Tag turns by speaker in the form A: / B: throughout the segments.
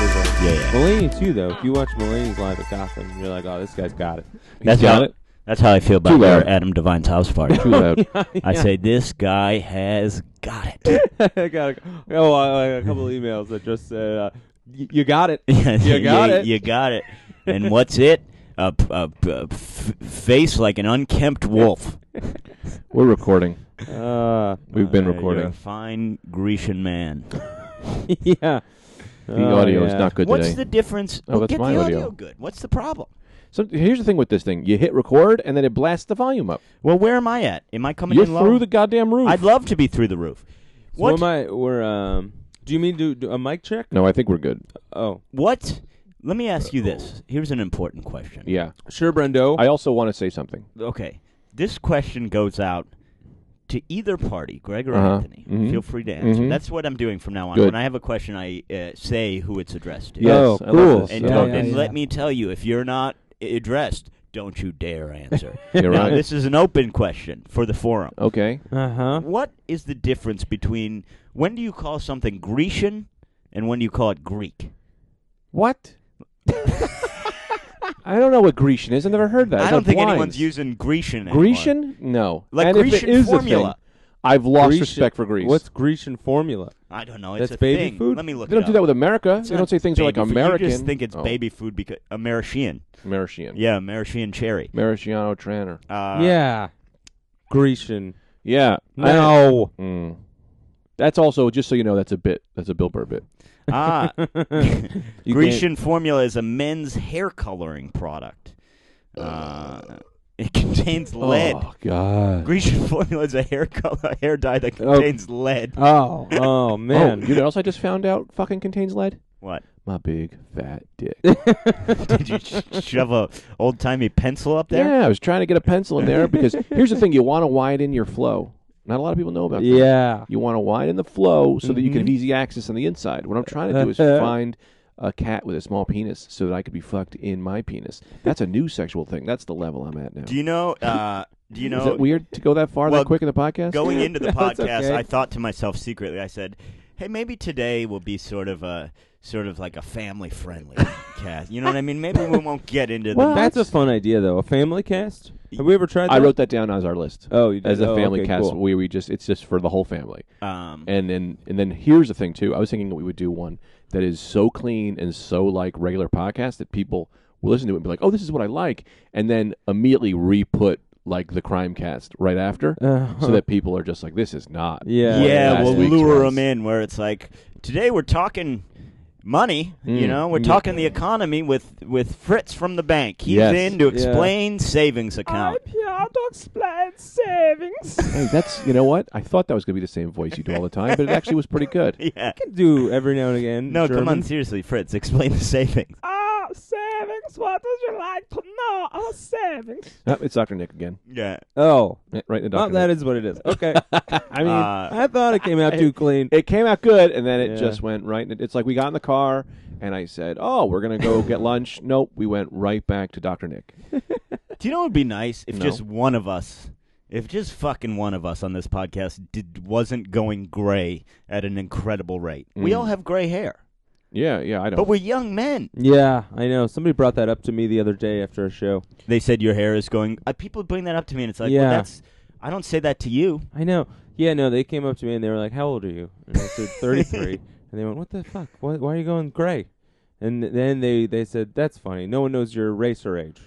A: yeah.
B: Mulaney too, though. If you watch Mulaney's live at Gotham, you're like, oh, this guy's got it. He's
C: That's
B: got
C: how
B: it.
C: that's how I feel about
D: Too loud.
C: your Adam Devine's house party.
D: Too loud.
C: I say this guy has got it.
B: I got a, oh, I got a couple emails that just said, uh, y- "You got it." You got it.
C: You got it. And what's it? A, p- a p- a f- face like an unkempt wolf.
D: We're recording.
B: Uh,
D: We've been
C: Uh, You're a
D: recording.
C: fine Grecian man.
B: yeah. Oh,
D: The audio is not good
C: What's
D: today.
C: the difference?
D: Oh,
C: Well,
D: that's
C: get
D: my
C: the
D: audio.
C: good. What's the problem?
D: so here's the thing with this thing: you hit record, and then it blasts the volume up.
C: Well, where am I at? Am I coming
D: You're
C: in low?
D: through the goddamn roof.
C: I'd love to be through the roof.
B: What am
C: What?
B: I? We're um. Do you mean do, do a mic check?
D: no, I think we're good.
B: Oh,
C: what? Let me ask you this. Here's an important question.
D: Yeah.
B: sure, Brendo.
D: I also want to say something.
C: Okay. This question goes out to either party, Greg or
D: Uh-huh.
C: Anthony.
D: Mhm.
C: Feel free to answer.
D: Mhm.
C: That's what I'm doing from now on.
D: Good.
C: When I have a question, I uh, say who it's addressed to.
D: Yes,
B: Oh,
D: I love
B: cool.
D: this.
C: And,
D: I
C: don't,
D: love
C: and
D: this.
C: let me tell you, if you're not addressed, don't you dare answer.
D: You're
C: now,
D: right. Uh-huh.
C: this is an open question for the forum.
D: Okay.
B: uh huh.
C: What is the difference between when do you call something Grecian and when do you call it Greek?
D: What? I don't know what Grecian is. I've never heard that.
C: I
D: It's
C: don't
D: like
C: think
D: wines.
C: anyone's using Grecian. anymore.
D: Grecian. No.
C: Like
D: and if it
C: Grecian
D: is a thing,
C: formula.
D: I've lost respect for Greece.
B: What's Grecian formula?
C: I don't know. It's
B: That's
C: a
B: baby
C: thing.
B: food?
C: Let me look.
D: they don't
C: it
D: do that
C: up.
D: with America.
C: It's
D: they
C: not
D: don't say things like
C: baby food.
D: American.
C: You just think it's
D: Oh,
C: baby food because Americian.
D: American.
C: Yeah, Americian cherry.
D: Mariciano Tranter.
C: Uh,
B: yeah, Grecian.
D: Yeah. I-
B: No.
D: Mm. That's also just so you know that's a bit. That's a Bill Burr bit.
C: Ah,
B: You
C: Grecian formula is a men's hair coloring product. Uh, it contains lead.
D: Oh God.
C: Grecian formula is a hair color, hair dye that
B: Oh.
C: contains lead.
B: Oh, oh man.
D: Oh, you know what else I just found out? Fucking contains lead.
C: What?
D: My big fat dick.
C: Did you sh- shove a old timey pencil up there?
D: Yeah, I was trying to get a pencil in there because here's the thing: you want to widen your flow. Not a lot of people know about. that.
B: yeah.
D: You want to widen the flow so that you can have
B: Mhm.
D: easy access on the inside. What I'm trying to do is find a cat with a small penis so that I could be fucked in my penis. That's a new sexual thing. That's the level I'm at now.
C: Do you know? Uh, do you know?
D: Is that weird to go that far
C: Well,
D: that quick in the podcast?
C: Going into the
B: That's
C: podcast,
B: okay.
C: I thought to myself secretly, I said, "Hey, maybe today will be sort of a sort of like a family friendly cast. You know what I mean? Maybe we won't get into the
D: Well,
B: That's a fun idea, though. A family cast. Have we ever tried? That?
D: I wrote that down as our list.
B: Oh, you did?
D: as a
B: Oh,
D: family
B: okay,
D: cast,
B: cool.
D: we, we just it's just for the whole family.
C: um,
D: And then and then here's the thing too. I was thinking that we would do one that is so clean and so like regular podcast that people will listen to it and be like, "Oh, this is what I like," and then immediately re-put like the crime cast right after, so that people are just like, "This is not."
B: Uh-huh. Yeah.
D: what
C: yeah,
D: last
C: we'll
D: week's
C: lure
D: was."
C: them in where it's like today we're talking money. You
D: Mm.
C: know, we're talking the economy with with Fritz from the bank. He's
D: Yes.
C: in to
B: Yeah.
C: explain savings account.
D: Hey, that's you know what? I thought that was gonna be the same voice you do all the time, but it actually was pretty good.
C: yeah.
B: I can do every now and again.
C: No,
B: German.
C: come on, seriously, Fritz, explain the savings.
E: Ah, savings. What would you like to know? Ah, savings.
D: Uh, it's Doctor Nick again,
C: Yeah.
B: Oh,
D: Eh, right? in
B: oh
D: Dr.
B: that
D: Nick.
B: is what it is. Okay.
D: I mean,
C: Uh,
B: I thought it came out too clean.
D: it came out good, and then it
B: Yeah.
D: just went right. It's like we got in the car, and I said, "Oh, we're gonna go get lunch." Nope, we went right back to Doctor Nick.
C: Do you know what would be nice if
D: No.
C: just one of us, if just fucking one of us on this podcast did wasn't going gray at an incredible rate? We
D: Mm.
C: all have gray hair,
D: Yeah, yeah, I don't.
C: but we're young men.
B: Yeah, I know. Somebody brought that up to me the other day after a show.
C: They said your hair is going. Uh, people bring that up to me, and it's like,
B: Yeah.
C: well, that's. I don't say that to you.
B: I know. Yeah, no, they came up to me and they were like, "How old are you?" And I said, "33." and they went, "What the fuck? Why, why are you going gray?" And then they they said, "That's funny. No one knows your race or age."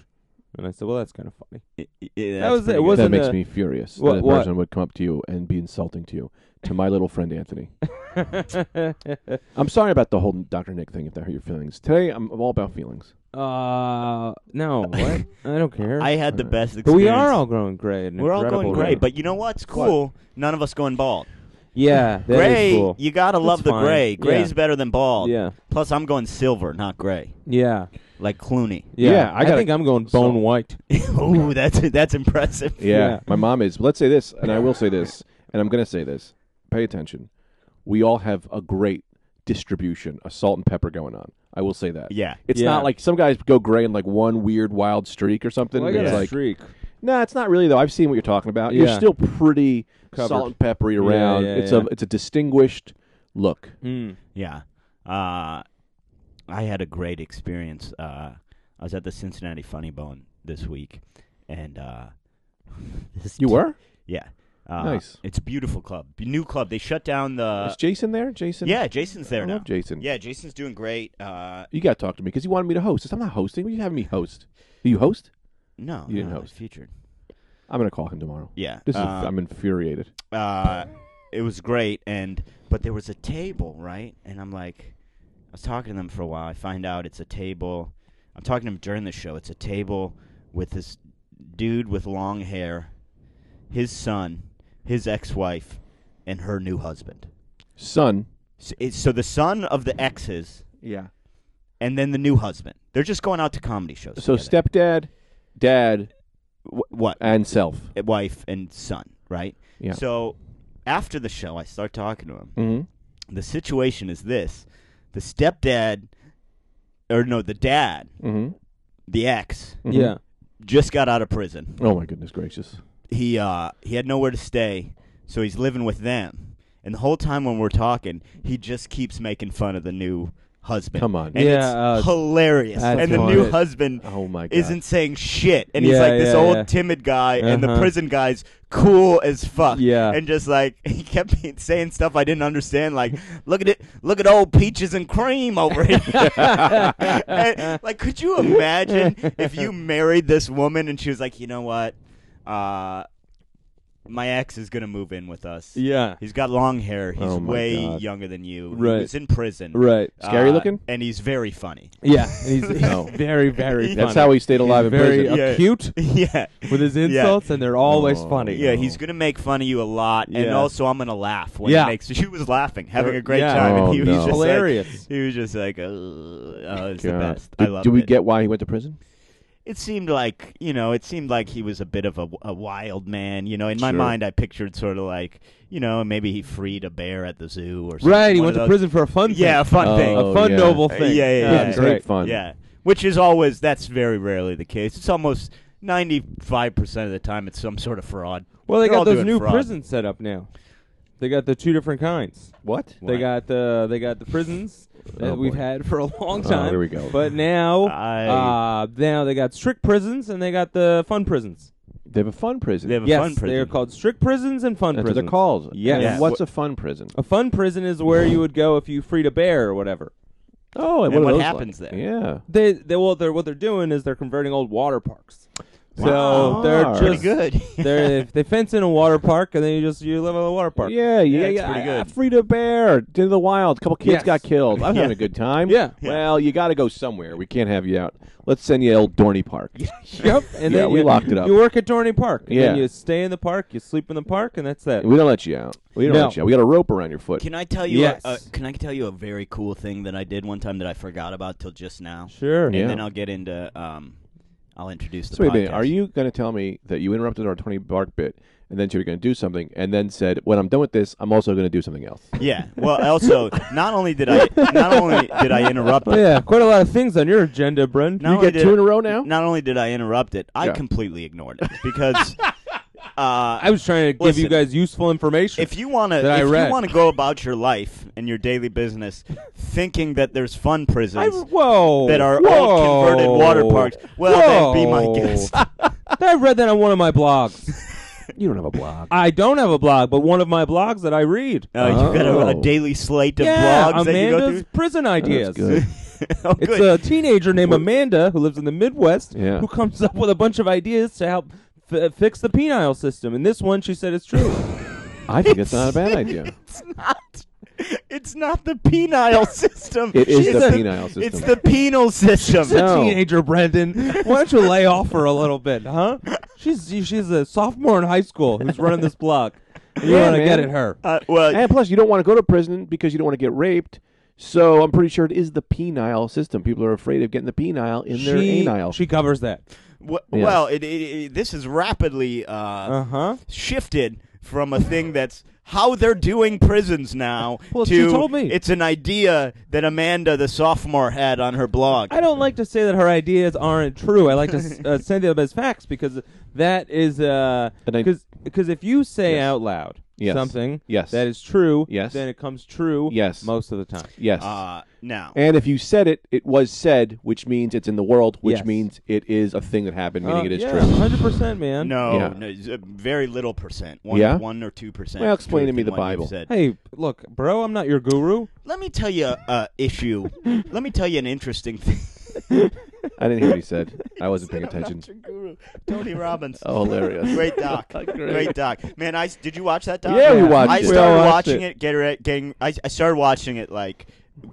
B: And I said, "Well, that's kind of funny."
C: I- I- yeah,
B: That
C: that's
B: was it.
C: pretty
B: It
C: good.
B: wasn't
D: that makes
B: a-
D: me furious.
B: What-
D: that a
B: what?
D: person would come up to you and be insulting to you, to my little friend Anthony. I'm sorry about the whole Dr. Nick thing. If that hurt your feelings, today I'm all about feelings.
B: uh, no, what? I don't care.
C: I had the best experience.
B: but we are all growing gray. at an
C: We're all going
B: incredible
C: gray,
B: rate.
C: but you know what's cool? None of us going bald.
B: yeah, that is
C: gray,
B: cool.
C: you gotta
B: That's
C: love the
B: fine.
C: gray.
B: Yeah.
C: Gray's better than bald.
B: Yeah,
C: Plus, I'm going silver, not gray,
B: yeah,
C: like Clooney.
B: yeah.
D: Yeah, I
B: I,
D: gotta-
B: think I'm going bone
D: so-
B: white.
C: Ooh, that's that's impressive.
D: Yeah,
B: Yeah.
D: my mom is. But let's say this, and I will say this, and I'm going to say this. Pay attention. We all have a great distribution of salt and pepper going on. I will say that.
C: Yeah.
D: It's
B: Yeah.
D: not like some guys go gray in like one weird wild streak or something.
B: Well, I
D: and
B: got
D: it's
B: a
D: like,
B: streak.
D: nah, it's not really though. I've seen what you're talking about. You're
B: Yeah.
D: still pretty
B: Covered.
D: salt and peppery around.
B: yeah,
D: it's
B: yeah. Hmm.
D: a it's a distinguished look.
B: Mm.
C: Yeah. Uh, I had a great experience. Uh, I was at the Cincinnati Funny Bone this week, and uh, this
D: You
C: t-
D: were?
C: yeah, uh,
D: Nice.
C: It's a beautiful club, B- new club. They shut down
D: Is
C: the
D: Jason there? Jason?
C: uh, yeah. Jason's there
D: I
C: now.
D: love Jason.
C: Yeah, Jason's doing great. Uh,
D: You got to talk to me because you wanted me to host. I'm not hosting. What are you having me host? Do you host?
C: no,
D: You didn't
C: no,
D: host.
C: featured.
D: I'm going to call him tomorrow.
C: Yeah,
D: This is,
C: uh,
D: I'm infuriated.
C: uh, it was great and but there was a table right and i'm like i was talking to them for a while i find out it's a table i'm talking to them during the show it's a table with this dude with long hair his son his ex-wife and her new husband
D: Son.
C: so, it's, so the son of the exes
D: Yeah.
C: and then the new husband they're just going out to comedy shows
D: So
C: together.
D: stepdad, dad,
C: Wh- what
D: and self.
C: wife and son right
D: Yeah.
C: so after the show i start talking to him
D: Mm-hmm.
C: the situation is this the stepdad or no the dad
D: Mm-hmm.
C: the ex
B: Yeah.
C: just got out of prison
D: Oh my goodness gracious.
C: he uh he had nowhere to stay so he's living with them and the whole time when we're talking he just keeps making fun of the new husband
D: Come on.
C: and
B: Yeah,
C: it's
B: uh,
C: hilarious
B: that's
C: and the
B: funny.
C: new husband
D: Oh my god.
C: isn't saying shit and he's
B: Yeah,
C: like this
B: yeah,
C: old
B: yeah.
C: timid guy and the
B: Uh-huh.
C: prison guy's cool as fuck
B: Yeah.
C: and just like he kept me saying stuff i didn't understand like look at it look at old peaches and cream over here And, like could you imagine if you married this woman and she was like you know what uh my ex is gonna move in with us
B: Yeah.
C: he's got long hair he's
D: Oh my
C: way
D: God.
C: younger than you
B: Right.
C: he's in prison Uh,
B: Right.
D: Scary looking?
C: and he's very funny
B: Yeah. And he's, he's
D: No.
B: very, very.
D: That's
B: funny.
D: how he stayed alive
B: He's
D: in
B: very
D: prison.
C: Yeah.
B: acute
C: yeah
B: with his
C: Yeah.
B: insults, and they're always
D: Oh.
B: funny.
C: Yeah,
D: Oh.
C: he's gonna make fun of you a lot, and
B: Yeah.
C: also I'm gonna laugh when
B: Yeah.
C: he makes. She was laughing, having a great
B: Yeah.
C: time,
D: Oh,
C: and he,
D: no.
C: was just
B: Hilarious.
C: Like, he was just like, "Ugh, "Oh, it's the
D: God.
C: best."
D: Do,
C: I love.
D: do we
C: it.
D: get why he went to prison?
C: It seemed like you know, it seemed like he was a bit of a, a wild man. You know, in my
D: Sure.
C: mind, I pictured sort of like you know, maybe he freed a bear at the zoo or something.
B: Right. He
C: One
B: went
C: of
B: to
C: those-
B: prison for a fun thing.
C: Yeah, a fun thing.
D: Oh,
B: a fun
D: yeah.
B: noble
C: Uh,
B: thing.
C: yeah, yeah,
B: Which
C: yeah.
B: is great.
D: fun.
C: Yeah, which is always that's very rarely the case. It's almost ninety five percent of the time it's some sort of fraud.
B: Well, they
C: They're all
B: got those
C: doing
B: new
C: fraud.
B: prisons set up now. They got the two different kinds.
D: What?
B: They
C: What?
B: got the they got the prisons that
D: Oh,
B: we've
D: boy.
B: had for a long
D: Oh,
B: time.
D: there we go.
B: But now,
C: I-
B: uh, now they got strict prisons and they got the fun prisons.
D: They have a fun prison.
C: They have a
B: yes,
C: fun prison.
B: they are called strict prisons and fun
D: That's what
B: prisons.
D: they're called.
B: Yes.
D: And What's a fun prison?
B: A fun prison is where you would go if you freed a bear or whatever.
D: Oh,
C: And
D: are
C: what
D: those
C: happens there?
D: Yeah.
B: They they well they're what they're doing is they're converting old water parks. So
C: Wow.
B: they're just
D: Pretty
C: good.
B: they're they fence in a water park and then you just you live on the water park.
D: Yeah, yeah, yeah.
C: it's pretty
D: I-
C: good.
D: I freed a bear, did the wild. couple kids
B: Yes.
D: got killed. I'm
C: Yeah.
D: having a good time.
B: Yeah.
C: Yeah.
D: Well, you got to go somewhere. We can't have you out. Let's send you to Old Dorney Park.
B: Yep. And
D: Yeah,
B: then
D: we
B: you,
D: locked it up.
B: You work at Dorney Park. And then
D: Yeah.
B: you stay in the park, you sleep in the park, and that's that.
D: We don't let you out. We don't
B: No.
D: let you out. We got a rope around your foot.
C: Can I tell you?
B: Yes.
C: A, a, can I tell you a very cool thing that I did one time that I forgot about till just now?
B: Sure.
D: Yeah.
C: And then I'll get into. Um, I'll introduce the.
D: so wait a minute.
C: podcast.
D: Are you going to tell me that you interrupted our Dorney Park bit and then you were going to do something and then said, when I'm done with this, I'm also going to do something else?
C: Yeah. Well, also, not only did I not only did I interrupt it.
B: Yeah, quite a lot of things on your agenda, Brent.
C: Not
D: you
C: only
D: get
C: did-
D: two in a row now?
C: Not only did I interrupt it, I
D: Yeah.
C: completely ignored it because. Uh,
B: I was trying to give
C: Listen.
B: you guys useful information.
C: if you want to,
B: That I
C: if you
B: read.
C: want to go about your life and your daily business, thinking that there's fun prisons
B: I, whoa,
C: that are
B: whoa,
C: all converted water parks, well, then be my
B: whoa.
C: guest. Uh,
B: I read that on one of my blogs.
D: You don't have a blog.
B: I don't have a blog, but one of my blogs that I read.
C: Uh, You've got a, a
D: Oh.
C: daily slate of
B: Uh-huh. yeah,
C: blogs that you go
B: Amanda's
C: through.
B: prison ideas.
D: good.
C: oh,
B: It's
C: good.
B: a teenager named Amanda who lives in the Midwest
D: Yeah.
B: who comes up with a bunch of ideas to help f- fix the penile system. And this one, she said, it's true.
D: I think it's not a bad idea.
C: it's not. It's not the penile system.
D: It is
C: She's
D: the
C: a-
D: penile system.
C: It's the penal system.
B: She's a
D: No.
B: teenager, Brendan. Why don't you lay off for a little bit, huh? She's she's a sophomore in high school who's running this blog. You
D: Yeah,
B: want to
D: man.
B: get at her?
C: Uh, well,
D: And plus, you don't want to go to prison because you don't want to get raped. So I'm pretty sure it is the penile system. People are afraid of getting the penile in their
B: she,
D: anile.
B: she covers that.
C: w-
D: Yeah.
C: well, it, it, it, this is rapidly uh,
B: Uh huh.
C: shifted from a thing that's how they're doing prisons now
B: Well,
C: to
B: she told me.
C: it's an idea that Amanda, the sophomore, had on her blog.
B: I don't like to say that her ideas aren't true. I like to s- uh, send them as facts because that is
D: And I-
B: because because if you say
D: Yes.
B: out loud
D: Yes.
B: something
D: Yes.
B: that is true,
D: Yes.
B: then it comes true
D: Yes.
B: most of the time.
D: yes.
B: Ah.
C: Uh, now,
D: and if you said it, it was said, which means it's in the world, which
B: Yes.
D: means it is a thing that happened, meaning
B: Uh,
D: it is
B: yeah,
D: true.
B: 100%, man.
C: no,
D: Yeah.
C: no, z- very little percent. One,
D: Yeah?
C: one or two percent.
D: Well, explain
C: truth
D: to me
C: in
D: the
C: what you've
D: Bible.
C: said.
B: Hey, look, bro, I'm not your guru.
C: Let me tell you a issue. Let me tell you an interesting thing.
D: I didn't hear what he said. I wasn't paying attention.
C: Dr. Guru, Tony Robbins.
D: Oh, hilarious.
C: Great doc, great. doc. Man, I s- did you watch that doc?
D: Yeah, we
B: Yeah.
D: watched
C: I
D: it.
B: We all
C: started
B: watched
C: watching
B: it.
C: it. get re- getting. I, I started watching it like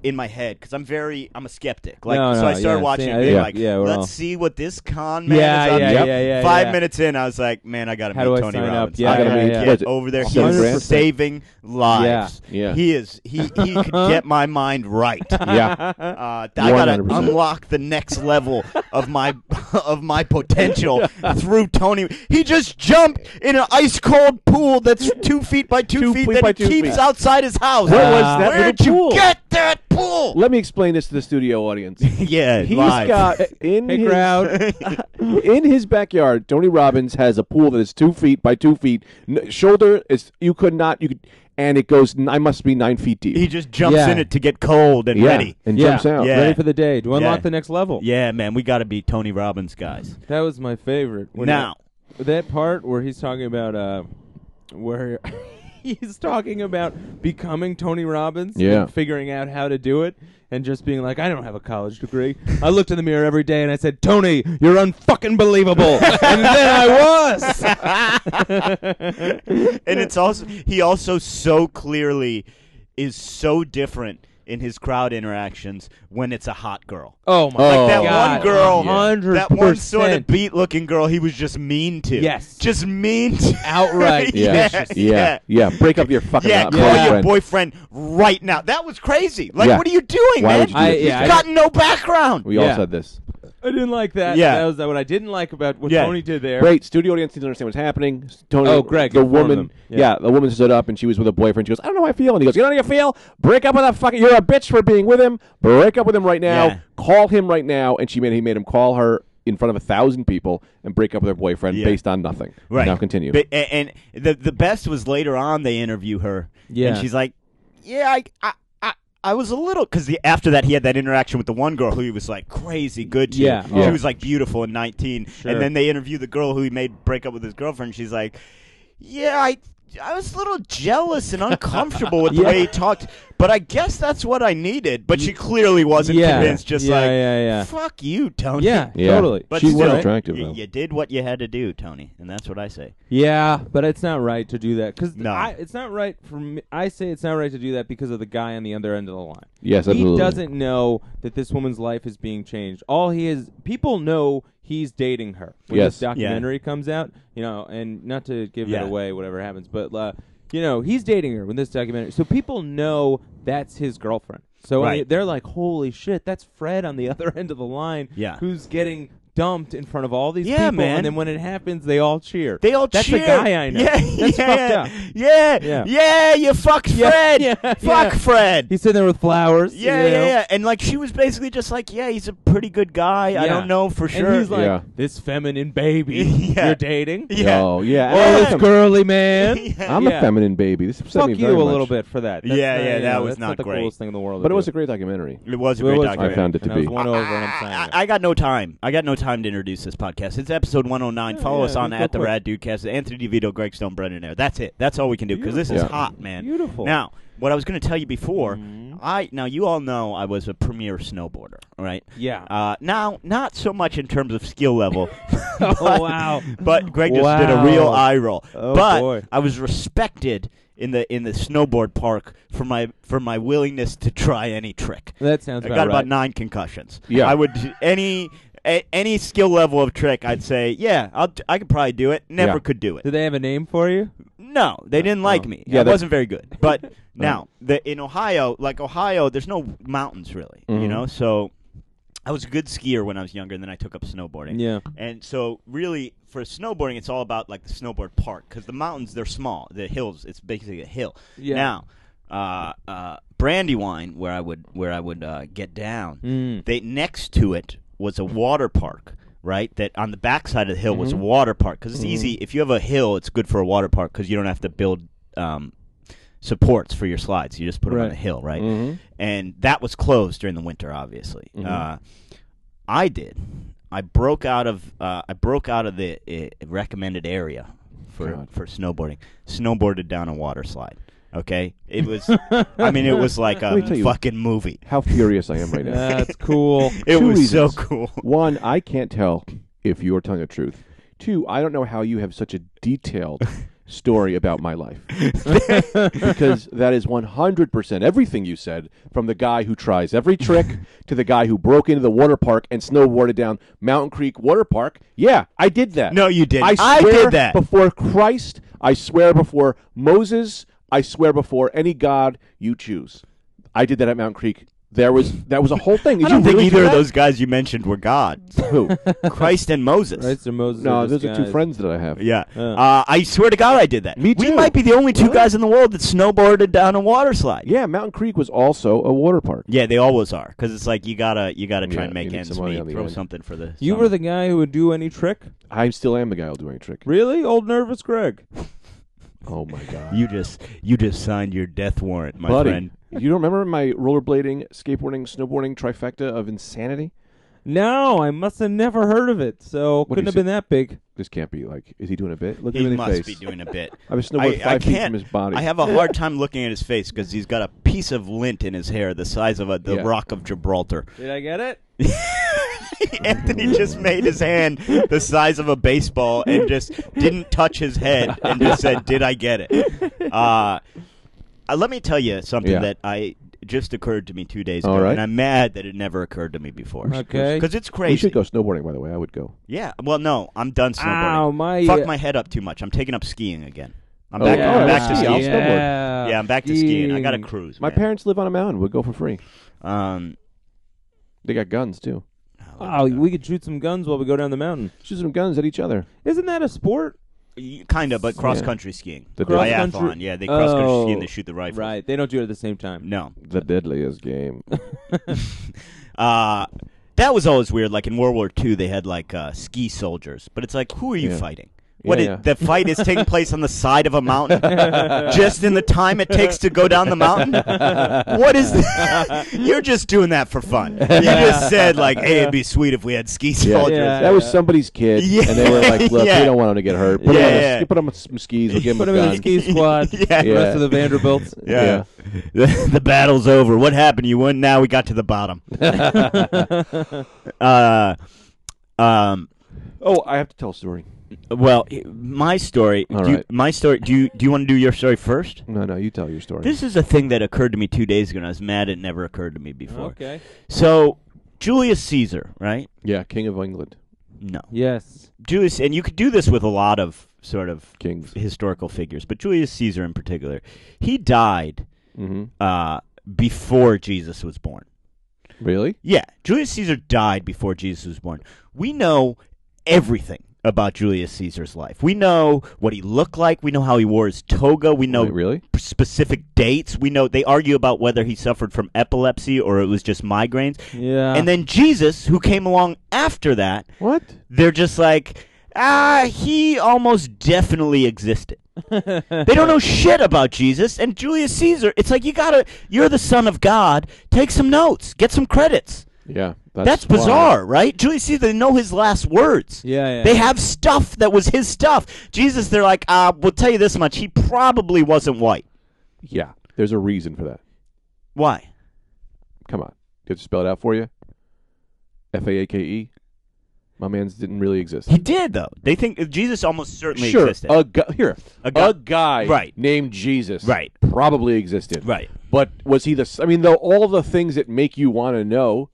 C: in my head because I'm very. I'm a skeptic. Like
B: No,
C: so,
B: no,
C: I started
B: yeah,
C: watching
B: same,
C: it.
B: I
C: Being
B: think-
C: like,
B: yeah, we're
C: let's
B: all-
C: see what this con man
B: Yeah,
C: is up
B: yeah,
C: to."
B: yeah, yeah, yeah,
C: Five
B: yeah.
C: minutes in, I was like, man, I gotta
B: How
C: meet
B: do I
C: Tony
B: sign up?
C: Robbins.
B: Yeah,
C: I gotta
D: yeah,
C: meet
D: yeah.
C: get
D: Was it
C: over there. He
D: seven grand?
C: is saving lives.
D: Yeah.
C: he is. He he could get my mind right.
D: yeah.
C: Uh, I gotta
D: 100%.
C: unlock the next level of my of my potential through Tony. He just jumped in an ice cold pool that's two feet by two,
D: Two
C: feet
D: feet
C: that
D: by
C: he
D: two
C: keeps
D: feet.
C: outside his house.
D: Where was that
C: Where'd
D: little
C: you
D: pool?
C: get that pool?
D: Let me explain this to the studio audience.
C: Yeah,
D: He's
C: live.
D: got in
B: Hey,
D: his
B: crowd.
D: in his backyard. Tony Robbins has a pool that is two feet by two feet. N- shoulder is you could not you could, and it goes. n- I must be nine feet deep.
C: he just jumps
B: Yeah.
C: in it to get cold and
D: yeah,
C: ready.
D: and
B: yeah.
D: jumps out.
C: Yeah.
B: Ready for the day. Do unlock
C: Yeah.
B: the next level.
C: Yeah, man, we gotta be Tony Robbins guys.
B: That was my favorite. When
C: now,
B: that part where he's talking about uh where he's talking about becoming Tony Robbins
D: Yeah.
B: and figuring out how to do it and just being like I don't have a college degree. I looked in the mirror every day and I said, "Tony, you're unfucking believable." and then I was.
C: and it's also he also so clearly is so different in his crowd interactions when it's a hot girl.
B: Oh my
D: Like
C: that
B: god.
C: one girl,
B: hundred
C: that one sort of beat-looking girl, he was just mean to.
B: Yes.
C: just mean to.
B: Outright
D: yeah.
C: yes,
D: yeah,
C: yeah.
D: yeah. Break up your fucking
C: Yeah,
D: hot
C: call your
D: boyfriend.
C: boyfriend right now. That was crazy. Like,
D: Yeah.
C: what are you doing,
D: Why
C: man?
D: would you do
B: I-
D: this?
B: yeah,
C: You've got no background.
D: we all
B: Yeah.
D: said this.
B: I didn't like that.
C: Yeah.
B: that was what I didn't like about what
C: Yeah.
B: Tony did there.
D: Great studio audience needs to understand what's happening. S- Tony,
B: Oh, Greg,
D: the
B: inform
D: woman,
B: them.
D: yeah.
B: Yeah.
D: the woman stood up and she was with a boyfriend. She goes, "I don't know how I feel," and he goes, "You don't know how you feel? Break up with that fucking. You're a bitch for being with him. Break up with him right now.
C: Yeah.
D: Call him right now." And she made he made him call her in front of a thousand people and break up with her boyfriend
C: Yeah.
D: based on nothing.
C: Right
D: now, continue.
C: But, a- and, the the best was later on they interview her.
B: Yeah.
C: and she's like, "Yeah, I." I I, I was a little because after that he had that interaction with the one girl who he was like crazy good to.
B: Yeah.
D: Yeah.
C: she was like beautiful and nineteen,
B: Sure.
C: and then they interview the girl who he made break up with his girlfriend. She's like, "Yeah, I I was a little jealous and uncomfortable with the
B: Yeah.
C: way he talked, but I guess that's what I needed." But she clearly wasn't
B: Yeah.
C: convinced. Just
B: Yeah,
C: like,
B: yeah, yeah.
C: fuck you, Tony.
B: Yeah,
D: Yeah.
B: totally.
C: But
D: She was
C: still,
D: attractive,
C: You,
D: though.
C: you did what you had to do, Tony, and that's what I say.
B: Yeah, but it's not right to do that because
C: No.
B: it's not right for me. I say it's not right to do that because of the guy on the other end of the line.
D: yes,
B: He
D: absolutely.
B: doesn't know that this woman's life is being changed. All he is, people know he's dating her when
D: Yes.
B: this
D: Yeah.
B: documentary comes out. You know, and not to give
C: Yeah.
B: that away, whatever happens, but uh, you know, he's dating her when this documentary. So people know that's his girlfriend. So I-
C: Right.
B: they're like, "Holy shit, that's Fred on the other end of the line,
C: Yeah.
B: who's getting." Dumped in front of all these
C: Yeah,
B: people,
C: man.
B: and then when it happens, they all cheer.
C: They all
B: That's
C: cheer.
B: a guy I know.
C: Yeah,
B: That's
C: yeah,
B: fucked up.
C: Yeah, yeah,
B: Yeah.
C: you fucked
B: Yeah,
C: Fred.
B: yeah,
C: Fuck
B: yeah.
C: Fred.
B: He's sitting there with flowers.
C: yeah,
B: you know?
C: yeah, yeah. And like she was basically just like, yeah, he's a pretty good guy. I
B: Yeah.
C: don't know for sure.
B: And he's like,
D: Yeah.
B: this feminine baby
C: Yeah.
B: you're dating.
C: yeah.
D: Oh yeah.
B: Oh,
D: I'm a
B: this
D: fem-
B: girly man.
C: Yeah.
D: I'm a
B: Yeah.
D: feminine baby. This upset
B: Fuck
D: me
B: you
D: very
B: a
D: much.
B: little bit for that. That's
C: Yeah,
B: not-
C: yeah,
B: you
C: that
B: know,
C: was
B: that's
C: not
B: the
C: great.
B: coolest thing in the world.
D: But
B: to
D: it was
B: do.
D: a great documentary.
C: It was a
B: It
C: great
B: was
C: documentary.
D: I found it to
B: and I was
D: be.
B: won over, and I'm
C: I,
B: signing
C: I got no time. I got no time to introduce this podcast. It's episode 109.
B: Yeah,
C: Follow
B: yeah,
C: us on
B: go
C: at the
B: quick.
C: Rad Dudecast. Anthony DeVito, Greg Stone, Brendan Air. That's it. That's all we can do because this is
D: Beautiful. Yeah.
C: hot, man.
B: Beautiful. Mm-hmm.
C: Now, what I was going to tell you before, I now you all know I was a premier snowboarder, right?
B: Yeah.
C: Uh, now, not so much in terms of skill level.
B: Oh, wow.
C: But Greg just did a real
B: Wow.
C: eye roll.
B: Oh,
C: but
B: boy.
C: I was respected in the in the snowboard park for my for my willingness to try any trick.
B: That sounds
C: I
B: about
C: got
B: right.
C: about nine concussions.
D: Yeah.
C: I would any a, any skill level of trick. I'd say, yeah, I'll, d- I could probably do it. Never
D: Yeah.
C: could do it.
B: Did they have a name for you?
C: No, they didn't like me.
D: Yeah,
C: I
D: that-
C: wasn't very good. But now, the, in Ohio, like Ohio, there's no mountains really. You
D: Mhm.
C: know, so I was a good skier when I was younger, and then I took up snowboarding.
B: Yeah.
C: And so, really, for snowboarding, it's all about like the snowboard park because the mountains they're small. The hills, it's basically a hill.
B: Yeah.
C: Now, uh, uh, Brandywine, where I would where I would uh, get down,
B: Mm.
C: they next to it was a water park. Right, that on
D: Mm-hmm.
C: the backside of the hill was a water park because it's easy. If you have a hill, it's good for a water park because you don't have to build um, supports for your slides. You just put them
B: Right.
C: on a hill, right?
D: Mhm.
C: and that was closed during the winter. Obviously,
D: Mhm.
C: uh, I did. I broke out of uh, I broke out of the uh, recommended area for
D: God.
C: for snowboarding. Snowboarded down a water slide. Okay, it was. I mean, it was like
D: Let
C: a
D: me tell you-
C: fucking movie.
D: How furious I am right now.
B: That's cool.
C: It
D: Two
C: was so
D: reasons.
C: cool.
D: One, I can't tell if you're telling the truth. Two, I don't know how you have such a detailed story about my life. because that is 100% everything you said from the guy who tries every trick to the guy who broke into the water park and snowboarded down Mountain Creek Water Park. Yeah, I did that.
C: No, you didn't.
D: I
C: I
D: swear
C: did that.
D: Before Christ, I swear before Moses, I swear before any god you choose. I did that at Mountain Creek. There was that was a whole thing. Did
C: I don't
D: you
C: think
D: really do
C: either of
D: that?
C: those guys you mentioned were gods.
D: Who?
C: Christ and Moses.
B: Right, so Moses.
D: No,
B: are
D: those are two
B: disguised.
D: friends that I have.
C: Yeah.
B: Yeah.
C: Uh, I swear to God, I did that.
D: Me
C: We
D: too.
C: might be the only two guys in the world that snowboarded down a water slide.
D: Yeah, Mountain Creek was also a water park.
C: Yeah, they always are because it's like you gotta you gotta try
D: Yeah,
C: and make
D: you need
C: ends
D: some money
C: meet.
D: on the
C: Throw
D: end.
C: something for the.
B: You
C: summer.
B: were the guy who would do any trick.
D: I still am the guy who'll do any trick.
B: Really, old nervous Greg.
D: Oh my god.
C: You just you just signed your death warrant, my
D: Buddy,
C: friend.
D: you don't remember my rollerblading, skateboarding, snowboarding trifecta of insanity?
B: No, I must have never heard of it. So
D: do you
B: couldn't have
D: say?
B: been that big.
D: This can't be like. Is he doing a bit? Look at him
C: He
D: in
C: must
D: the face.
C: be doing a bit.
D: I was snowboarding
C: I
D: five feet
C: can't.
D: from his body.
C: I have a hard time looking at his face because he's got a piece of lint in his hair the size of a, the
D: Yeah.
C: Rock of Gibraltar.
B: Did I get it?
C: Anthony just made his hand the size of a baseball and just didn't touch his head and just said, "Did I get it?" Uh, uh, let me tell you something
D: Yeah.
C: that I just occurred to me two days ago,
D: All right.
C: and I'm mad that it never occurred to me before.
B: Okay.
C: because it's crazy.
D: we should go snowboarding, by the way. I would go.
C: Yeah. Well, no, I'm done snowboarding.
B: Ow, my uh,
C: Fuck my head up too much. I'm taking up skiing again. I'm
D: Oh,
C: back.
D: yeah.
C: I'm
D: Oh,
C: back to
D: yeah.
C: skiing.
D: Yeah.
B: snowboard.
C: Yeah, I'm back to skiing. I got to cruise.
D: My
C: man.
D: parents live on a mountain. We'll go for free.
C: Um.
D: They got guns too.
B: Oh, we could shoot some guns while we go down the mountain.
D: Shoot some guns at each other.
B: Isn't that a sport?
C: kind of, but cross country skiing.
D: The
B: Cross
D: dead-
C: Biathlon.
B: country-
C: Yeah, they cross country ski and
B: Oh.
C: they shoot the rifle.
B: Right. They don't do it at the same time.
C: No.
D: the deadliest game.
C: Uh, that was always weird. Like in World War II, they had like uh, ski soldiers, but it's like, who are you
D: Yeah.
C: fighting? What
D: Yeah,
C: it-
D: yeah.
C: the fight is taking place on the side of a mountain, just in the time it takes to go down the mountain. What is that? You're just doing that for fun. You just said like, "Hey, it'd be sweet if we had ski soldiers."
B: Yeah.
D: that was somebody's kid,
C: Yeah.
D: and they were like, "Look,
C: Yeah.
D: we don't want him to get hurt. Put, him, on
C: Yeah.
D: a, put him on some skis. We'll give him
B: Put
D: a
B: them in
D: gun."
B: the ski squad.
C: Yeah.
B: The rest of the Vanderbilts.
C: Yeah. The, the battle's over. What happened? You won. Now we got to the bottom. uh, um,
D: Oh, I have to tell a story.
C: well, my story.
D: All
C: do you-
D: right.
C: my story. Do you do you want to do your story first?
D: No, no, you tell your story.
C: This is a thing that occurred to me two days ago, and I was mad it never occurred to me before.
B: Okay.
C: So, Julius Caesar, right?
D: yeah, King of England,
C: No,
B: Yes.
C: Julius, and you could do this with a lot of sort of
D: kings.
C: historical figures, but Julius Caesar in particular, he died
D: hmm
C: uh, before Jesus was born.
D: Really?
C: Yeah, Julius Caesar died before Jesus was born. We know everything about Julius Caesar's life. We know what he looked like. We know how he wore his toga. We know
D: Wait, really?
C: p- specific dates. We know they argue about whether he suffered from epilepsy or it was just migraines.
B: Yeah.
C: And then Jesus, who came along after that,
D: What?
C: they're just like, ah, he almost definitely existed. they don't know shit about Jesus and Julius Caesar. It's like you gotta, you're the son of God. Take some notes, get some credits.
D: Yeah,
C: That's,
D: wild.
C: bizarre, right? Julius Caesar, they know his last words.
B: yeah, yeah.
C: They have stuff that was his stuff. Jesus, they're like, uh, we'll tell you this much. He probably wasn't white.
D: Yeah, there's a reason for that.
C: Why?
D: Come on, did I spell it out for you? F a a k e. My man's didn't really exist.
C: He did, though. They think Jesus almost certainly
D: sure,
C: existed.
D: a gu- here
C: A
D: a,
C: gu-
D: guy
C: Right.
D: named Jesus
C: Right.
D: probably existed
C: Right.
D: But was he the? s- I mean, though all the things that make you want to know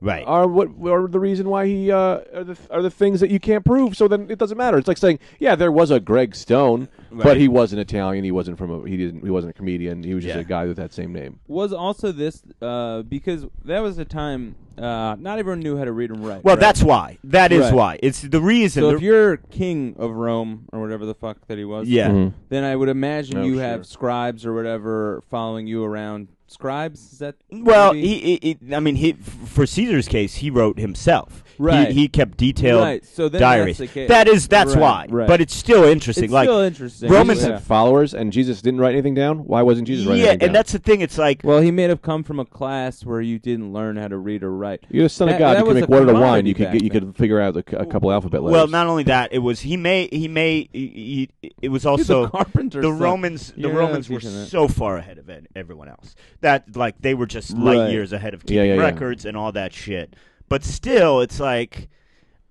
C: right.
D: are what are the reason why he uh, are the are the things that you can't prove. So then it doesn't matter. It's like saying, yeah, there was a Greg Stone,
C: Right.
D: but he wasn't Italian. He wasn't from a he didn't he wasn't a comedian. He was just
C: Yeah.
D: a guy with that same name.
B: was also this uh, because that was a time uh, not everyone knew how to read and write.
C: well,
B: right?
C: that's why. That is
B: Right.
C: why. It's the reason.
B: so.
C: the-
B: If you're king of Rome or whatever the fuck that he was,
C: yeah.
D: Mm-hmm.
B: then I would imagine
D: Oh,
B: you
D: sure.
B: have scribes or whatever following you around. Scribes is that?
C: Well,
B: maybe?
C: he, he, he- I mean, he, f- for Caesar's case, he wrote himself.
B: Right.
C: He, he kept detailed
B: Right, so then
C: diaries.
B: that's the case.
C: That is that's
B: Right,
C: why.
B: right.
C: But it's still interesting.
B: It's
C: like
B: still interesting.
C: Romans-
D: Jesus
B: Yeah.
D: had followers, and Jesus didn't write anything down. Why wasn't Jesus writing
C: yeah,
D: anything down?
C: and that's the thing. It's like
B: Well, he may have come from a class where you didn't learn how to read or write.
D: You're the son
B: That-
D: of God.
B: that
D: You can
B: was
D: make
B: a
D: water to wine.
B: commodity
D: You could
B: back
D: get, you
B: then.
D: could figure out a, c- a couple alphabet letters.
C: well, not only that, it was he may he may he, he- it was
B: You're
C: also
B: the carpenter.
C: the
B: son.
C: Romans the
B: You're not
C: Romans were
B: teaching that.
C: so far ahead of ed- everyone else that like they were just light
B: Right.
C: years ahead of TV
D: Yeah, yeah, yeah.
C: records and all that shit. But still, it's like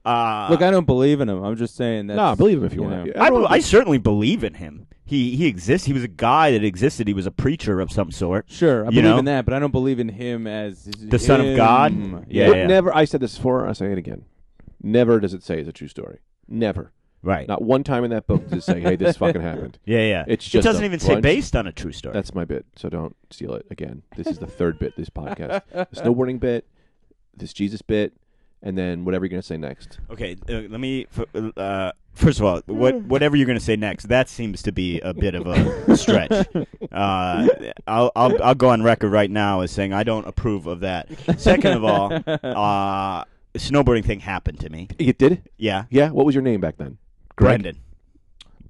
C: uh,
B: Look, I don't believe in him. I'm just saying that.
D: no, believe him if you,
B: you
D: want.
B: know.
C: I, bel- I certainly believe in him. He he exists. He was a guy that existed. He was a preacher of some sort.
B: Sure, I
C: You
B: believe
C: know?
B: in that, but I don't believe in him as
C: The Son of God?
B: him.
C: Yeah,
D: Look,
C: yeah.
D: Never. I said this before. I say it again. Never does it say it's a true story. Never.
C: Right.
D: Not one time in that book does it say, "Hey, this fucking happened."
C: Yeah, yeah.
D: It's just
C: it doesn't
D: a
C: even say
D: bunch-
C: based on a true story.
D: That's my bit. So don't steal it again. This is the third bit. This podcast. The snowboarding bit. This Jesus bit. And then whatever you're gonna say next.
C: okay. Uh, let me. f- Uh, first of all, what whatever you're going to say next, that seems to be a bit of a stretch. Uh, I'll, I'll I'll go on record right now as saying I don't approve of that. Second of all, uh, the snowboarding thing happened to me.
D: It did.
C: Yeah,
D: Yeah. What was your name back then? Greg?
C: Brendan.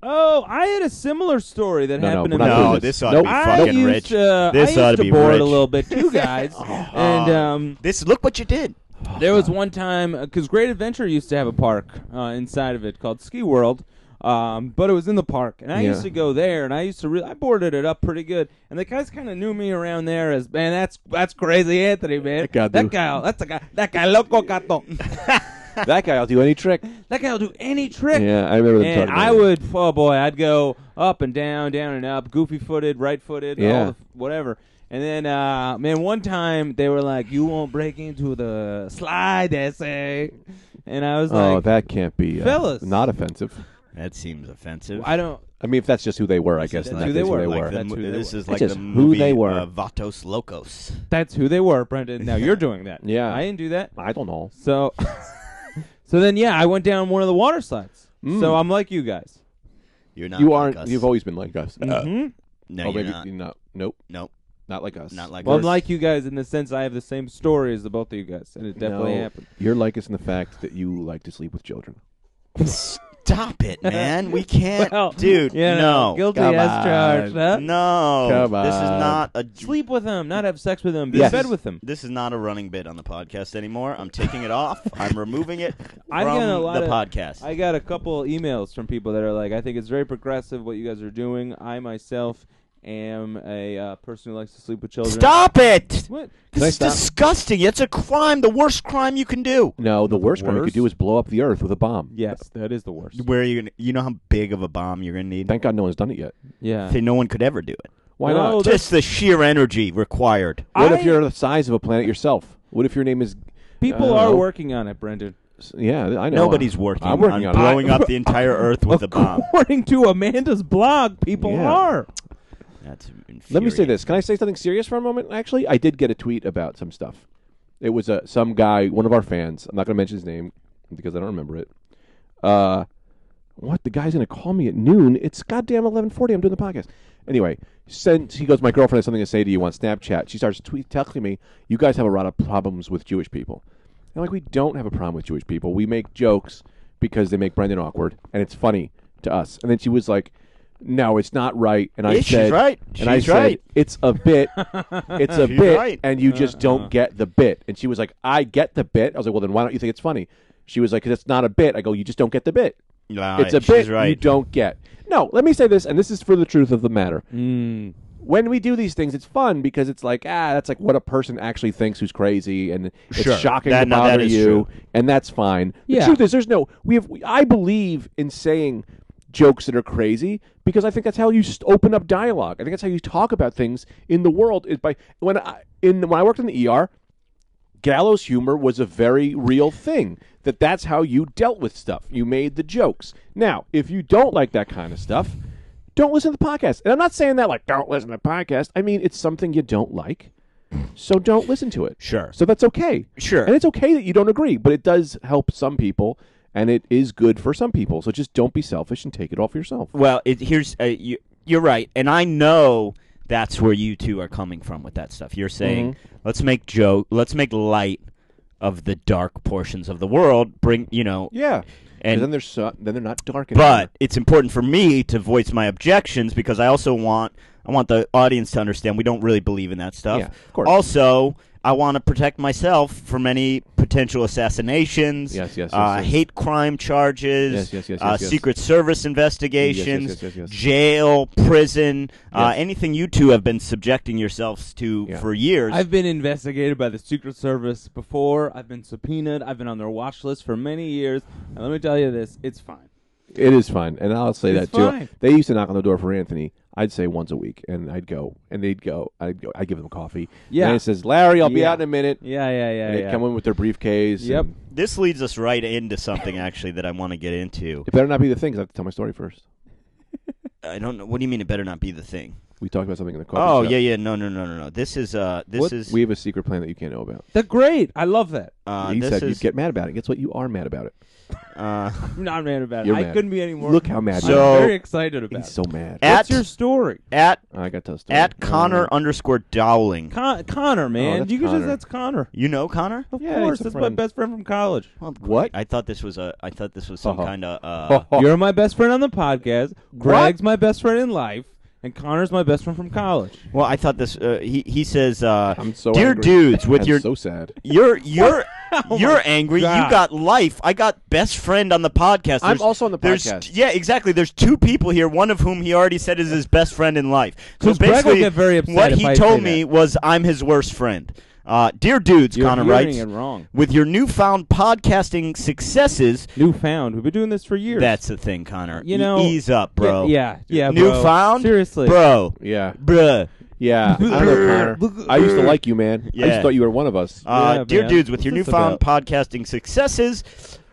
B: Oh, I had a similar story that
D: No, no,
B: happened
D: we're
B: in
D: not doing
C: No,
B: college.
C: this
D: this.
C: ought
D: Nope.
C: to be
B: I
C: Oh, fucking
B: used
C: rich.
B: to, uh,
C: This
B: I used
C: ought to
B: to
C: be
B: board
C: rich. Oh.
B: a little bit too, guys. and um,
C: This look what you did.
B: there was one time because Great Adventure used to have a park uh, inside of it called Ski World. Um, but it was in the park, and I
D: Yeah.
B: used to go there, and I used to re- I boarded it up pretty good, and the guys kind of knew me around there as man, that's that's crazy Anthony, man,
D: That guy do.
B: that guy, that's a guy, that guy loco gato,
D: that guy. I'll do any trick.
B: that guy'll do any trick,
D: Yeah, I remember them
B: and
D: talking about
B: I
D: it.
B: would, oh boy, I'd go up and down, down and up, goofy footed, right footed, all
D: Yeah.
B: the, whatever. And then, uh, man, one time they were like, "You won't break into the slide essay," and I was
D: Oh,
B: like,
D: that can't be uh,
B: fellas.
D: Not offensive.
C: That seems offensive.
B: "I don't."
D: I mean, if that's just who they were, I guess.
B: that's
D: in
B: who
D: that
B: they
D: case,
B: were,
D: They
B: like
D: were.
B: the- That's who they
C: this
B: were.
C: is like
D: That's
C: the
D: just
C: movie
D: who they were.
C: Uh, Vatos Locos.
B: That's who they were, Brendan. Now you're doing that.
D: Yeah.
B: I didn't do that.
D: I don't know.
B: So, so then, yeah, I went down one of the water slides.
D: Mm.
B: So I'm like you guys.
C: You're not.
D: you
C: like
D: aren't.
C: us.
D: You've always been like us.
B: hmm
C: no,
D: oh,
C: you're
D: maybe
C: not.
D: you're not. Nope.
C: Nope.
D: Not like us.
C: Not like
B: Well, I'm
C: us.
B: like you guys in the sense I have the same story as the both of you guys, and it definitely
D: No,
B: happened.
D: You're like us in the fact that you like to sleep with children.
C: Stop it, man. We can't,
B: Well,
C: dude.
B: you know,
C: no,
B: guilty
D: Come
B: as charged.
D: on.
B: Huh?
C: no.
D: Come
C: This is
D: on.
C: not a.
B: Sleep with him, not have sex with him. Be
D: Yes.
B: in bed with him.
C: This is not a running bit on the podcast anymore. I'm taking it off. I'm removing it from
B: I got a lot
C: the
B: of-
C: podcast.
B: I got a couple emails from people that are like, I think it's very progressive what you guys are doing. I myself am a uh, person who likes to sleep with children.
C: Stop it.
B: What?
C: This
D: I
C: is
D: stop?
C: disgusting. It's a crime. The worst crime you can do.
D: No, the worst crime you
B: worst?
D: could do is blow up the earth with a bomb.
B: Yes, that is the worst.
C: Where are you gonna? You know how big of a bomb you're gonna need.
D: Thank God no one's done it yet.
B: Yeah.
C: Say no one could ever do it.
D: Why
B: No,
D: not?
B: that's-
C: Just the sheer energy required.
D: What
B: I-
D: if you're the size of a planet yourself? What if your name is?
B: People
C: Oh.
D: I don't
B: are
D: know.
B: working on it, Brendan.
D: Yeah, I know.
C: Nobody's working,
D: I'm
C: on
D: working on it.
C: blowing up the entire Earth with a bomb.
B: According to Amanda's blog, people
D: Yeah.
B: are.
C: That's
D: Let me say
C: infuriating.
D: this. Can I say something serious for a moment? Actually, I did get a tweet about some stuff. It was uh, some guy, one of our fans. I'm not going to mention his name because I don't remember it. Uh, what the guy's going to call me at noon? It's goddamn 11:40. I'm doing the podcast. Anyway, sent he goes. My girlfriend has something to say to you on Snapchat. She starts tweet texting me. You guys have a lot of problems with Jewish people. And I'm like, we don't have a problem with Jewish people. We make jokes because they make Brendan awkward, and it's funny to us. And then she was like, "No, it's not right." And I
C: Yeah, she's
D: said,
C: right.
D: And I
C: She's
D: said,
C: right.
D: "It's a bit. It's a
C: She's
D: bit."
C: right.
D: And you just don't get the bit. And she was like, "I get the bit." I was like, "Well, then why don't you think it's funny?" She was like, "Cause it's not a bit." I go, "You just don't get the bit.
C: Nah,
D: it's a
C: she's
D: bit
C: right.
D: you don't get." No, let me say this, and this is for the truth of the matter
B: Mm.
D: when we do these things, it's fun because it's like ah, that's like what a person actually thinks who's crazy, and it's
C: Sure.
D: shocking
C: That-
D: to
C: now that
D: bother
C: is
D: you,
C: true.
D: and that's fine.
B: Yeah.
D: The truth is, there's no we have. We, I believe in saying jokes that are crazy because I think that's how you s open up dialogue. I think that's how you talk about things in the world is by when I in when I worked in the ER. Gallows humor was a very real thing. That that's how you dealt with stuff. You made the jokes. Now, if you don't like that kind of stuff, don't listen to the podcast. And I'm not saying that like don't listen to the podcast. I mean it's something you don't like, so don't listen to it.
C: Sure.
D: So that's okay.
C: Sure.
D: And it's okay that you don't agree, but it does help some people, and it is good for some people. So just don't be selfish and take it off yourself.
C: Well, it, here's uh, you, you're right, and I know that's where you two are coming from with that stuff. You're saying let's make joke, let's make light of the dark portions of the world. Bring you know,
D: Yeah. And then
C: and
D: they're so, then they're not dark anymore.
C: but it's important for me to voice my objections because I also want I want the audience to understand we don't really believe in that stuff.
D: Yeah, of course.
C: Also, I want to protect myself from any potential assassinations,
D: Yes, yes, yes,
C: uh,
D: yes.
C: hate crime charges,
D: Yes, yes, yes,
C: uh,
D: yes, yes.
C: Secret Service investigations,
D: Yes, yes, yes, yes, yes.
C: jail, prison, uh,
D: Yes.
C: anything you two have been subjecting yourselves to
D: Yeah.
C: for years.
B: I've been investigated by the Secret Service before. I've been subpoenaed. I've been on their watch list for many years. And let me tell you this: it's fine.
D: It is fine, and I'll say
B: It's
D: that too.
B: fine.
D: They used to knock on the door for Anthony. I'd say once a week, and I'd go, and they'd go. I'd go. I'd give them coffee.
B: Yeah.
D: And it says, Larry, I'll be
B: Yeah.
D: out in a minute.
B: Yeah, yeah, yeah.
D: And they'd
B: yeah.
D: come in with their briefcase.
B: Yep.
D: and-
C: this leads us right into something actually that I want to get into.
D: It better not be the thing. 'cause I have to tell my story first.
C: I don't know. What do you mean it better not be the thing?
D: We talked about something in the coffee.
C: Oh
D: shop.
C: yeah, yeah. No, no, no, no, no. This is uh, this
D: What-
C: is
D: We have a secret plan that you can't know about.
B: They're great. I love that.
C: uh,
D: he
C: this
D: said
C: is
D: you'd get mad about it. Guess what? You are mad about it.
C: uh,
B: I'm not mad about it.
D: You're
B: I
D: mad.
B: couldn't be any more.
D: Look how mad.
B: I'm
D: he is.
C: So-
B: very excited about
D: he's
B: it.
D: so mad.
C: at
B: What's your story,
C: at
D: I got to tell a story.
C: at Connor
D: Um,
C: underscore Dowling.
B: Con- Connor? Man,
D: Oh, that's
B: you can
D: Connor.
B: just that's Connor.
C: you know Connor?
B: Of
D: Yeah, he's
B: course,
D: a
B: that's my
D: friend.
B: best friend from college.
D: what?
C: I thought this was a. I thought this was some
D: Uh-huh.
C: kind of. Uh,
B: You're my best friend on the podcast. Greg's my best friend in life, and Connor's my best friend from college.
C: well, I thought this. Uh, he he says, uh,
D: I'm so
C: "Dear
D: angry.
C: dudes, with
D: I'm
C: your
D: so Oh sad.
C: you're you're you're angry. You
B: God.
C: got life. I got best friend on the podcast.
D: I'm
C: There's-
D: also on the
C: there's-
D: podcast.
C: Yeah, exactly. There's two people here. One of whom he already said is his best friend in life. So
B: 'Cause Greg will
C: basically,
B: get very upset
C: what
B: if
C: he
B: I
C: told
B: say
C: me
B: that.
C: was, "I'm his worst friend." Uh, dear dudes,
B: You're
C: Connor
B: hearing
C: writes.
B: it wrong.
C: With your newfound podcasting successes,
B: Newfound. We've been doing this for years.
C: That's the thing, Connor.
B: You
C: E-
B: know-
C: ease up, bro.
B: Yeah, yeah. yeah bro.
C: newfound,
B: Seriously,
C: bro,
D: Yeah.
C: bruh.
D: Yeah. I, don't know, Connor. I used to like you, man. I
C: Yeah.
D: just thought you were one of us.
C: Uh,
B: Yeah,
C: dear
B: man.
C: dudes, with your
B: What's this
C: newfound podcasting successes,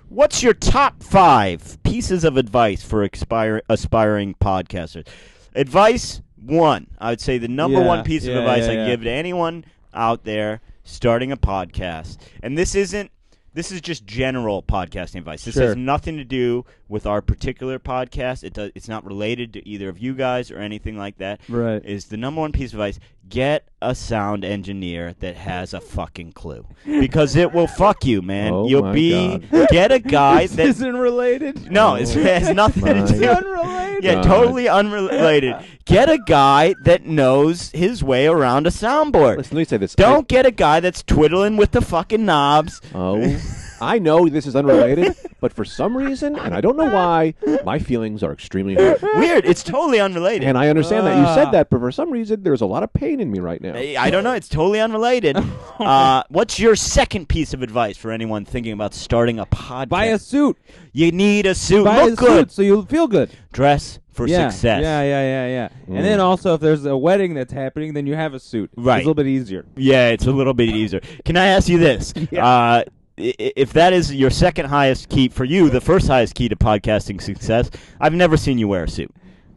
C: what's your top five pieces of advice for expire- aspiring podcasters? Advice one, I would say the number
B: Yeah,
C: one piece of
B: yeah,
C: advice
B: yeah,
C: I
B: yeah.
C: give to anyone out there starting a podcast, and this isn't. This is just general podcasting advice. This
B: Sure.
C: has nothing to do with our particular podcast. It does, it's not related to either of you guys or anything like that
B: Right.
C: is the number one piece of advice get a sound engineer that has a fucking clue because it will fuck you man
D: Oh
C: you'll
D: my
C: be
D: God.
C: get a guy
B: This
C: that
B: isn't related.
C: no it's, it has nothing
D: My
C: to do
B: unrelated.
C: yeah
D: God.
C: totally unrelated get a guy that knows his way around a soundboard
D: Listen, let me say this.
C: don't get a guy that's twiddling with the fucking knobs
D: I, oh, I know this is unrelated, but for some reason, and I don't know why, my feelings are extremely hurt.
C: weird it's totally unrelated
D: And I understand that you
B: Ah.
D: said that, but for some reason, there's a lot of pain in me right now.
C: I I don't know. It's totally unrelated. uh, what's your second piece of advice for anyone thinking about starting a podcast?
B: Buy a suit.
C: You need a suit.
B: Buy
C: Look
B: a
C: good.
B: suit so you'll feel good.
C: Dress for
B: yeah.
C: success. Mm.
B: Yeah, yeah, yeah, yeah. And then also, if there's a wedding that's happening, then you have a suit.
C: Right.
B: It's a little bit easier.
C: Yeah, it's a little bit easier. Can I ask you this?
B: Yeah.
C: Uh, i- i- if that is your second highest key for you, the first highest key to podcasting success, I've never seen you wear a suit.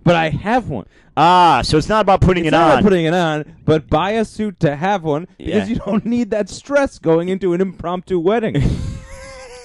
B: But I have one.
C: Ah, so it's not about putting
B: It's
C: it
B: not about
C: on.
B: putting it on, but buy a suit to have one because
C: Yeah.
B: you don't need that stress going into an impromptu wedding.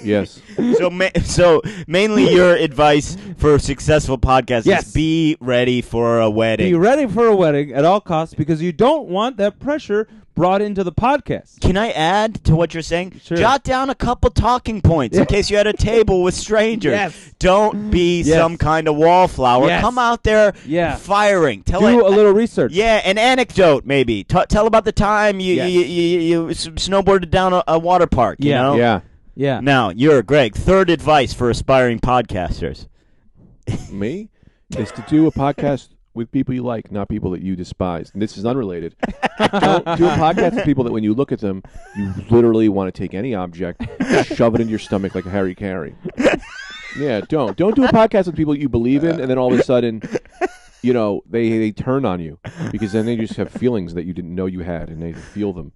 D: Yes.
C: so, ma- so mainly your advice for successful podcasts
B: Yes.
C: is be ready for a wedding.
B: Be ready for a wedding at all costs because you don't want that pressure brought into the podcast.
C: Can I add to what you're saying?
B: Sure.
C: Jot down a couple talking points in case you're at a table with strangers.
B: Yes.
C: Don't be
B: Yes.
C: some kind of wallflower.
B: Yes.
C: Come out there
B: Yeah.
C: firing. Tell
B: Do
C: it,
B: a little research.
C: yeah, an anecdote maybe. T- tell about the time you,
B: Yes.
C: you, you, you s- snowboarded down a, a water park. You
B: Yeah.
C: know?
D: Yeah.
B: Yeah.
C: Now, you're Greg. Third advice for aspiring podcasters.
D: Me is to do a podcast with people you like, not people that you despise. And this is unrelated. Don't do a podcast with people that when you look at them, you literally want to take any object, shove it into your stomach like Harry Carey. Yeah, don't. Don't do a podcast with people you believe in and then all of a sudden you know, they they turn on you because then they just have feelings that you didn't know you had and they feel them.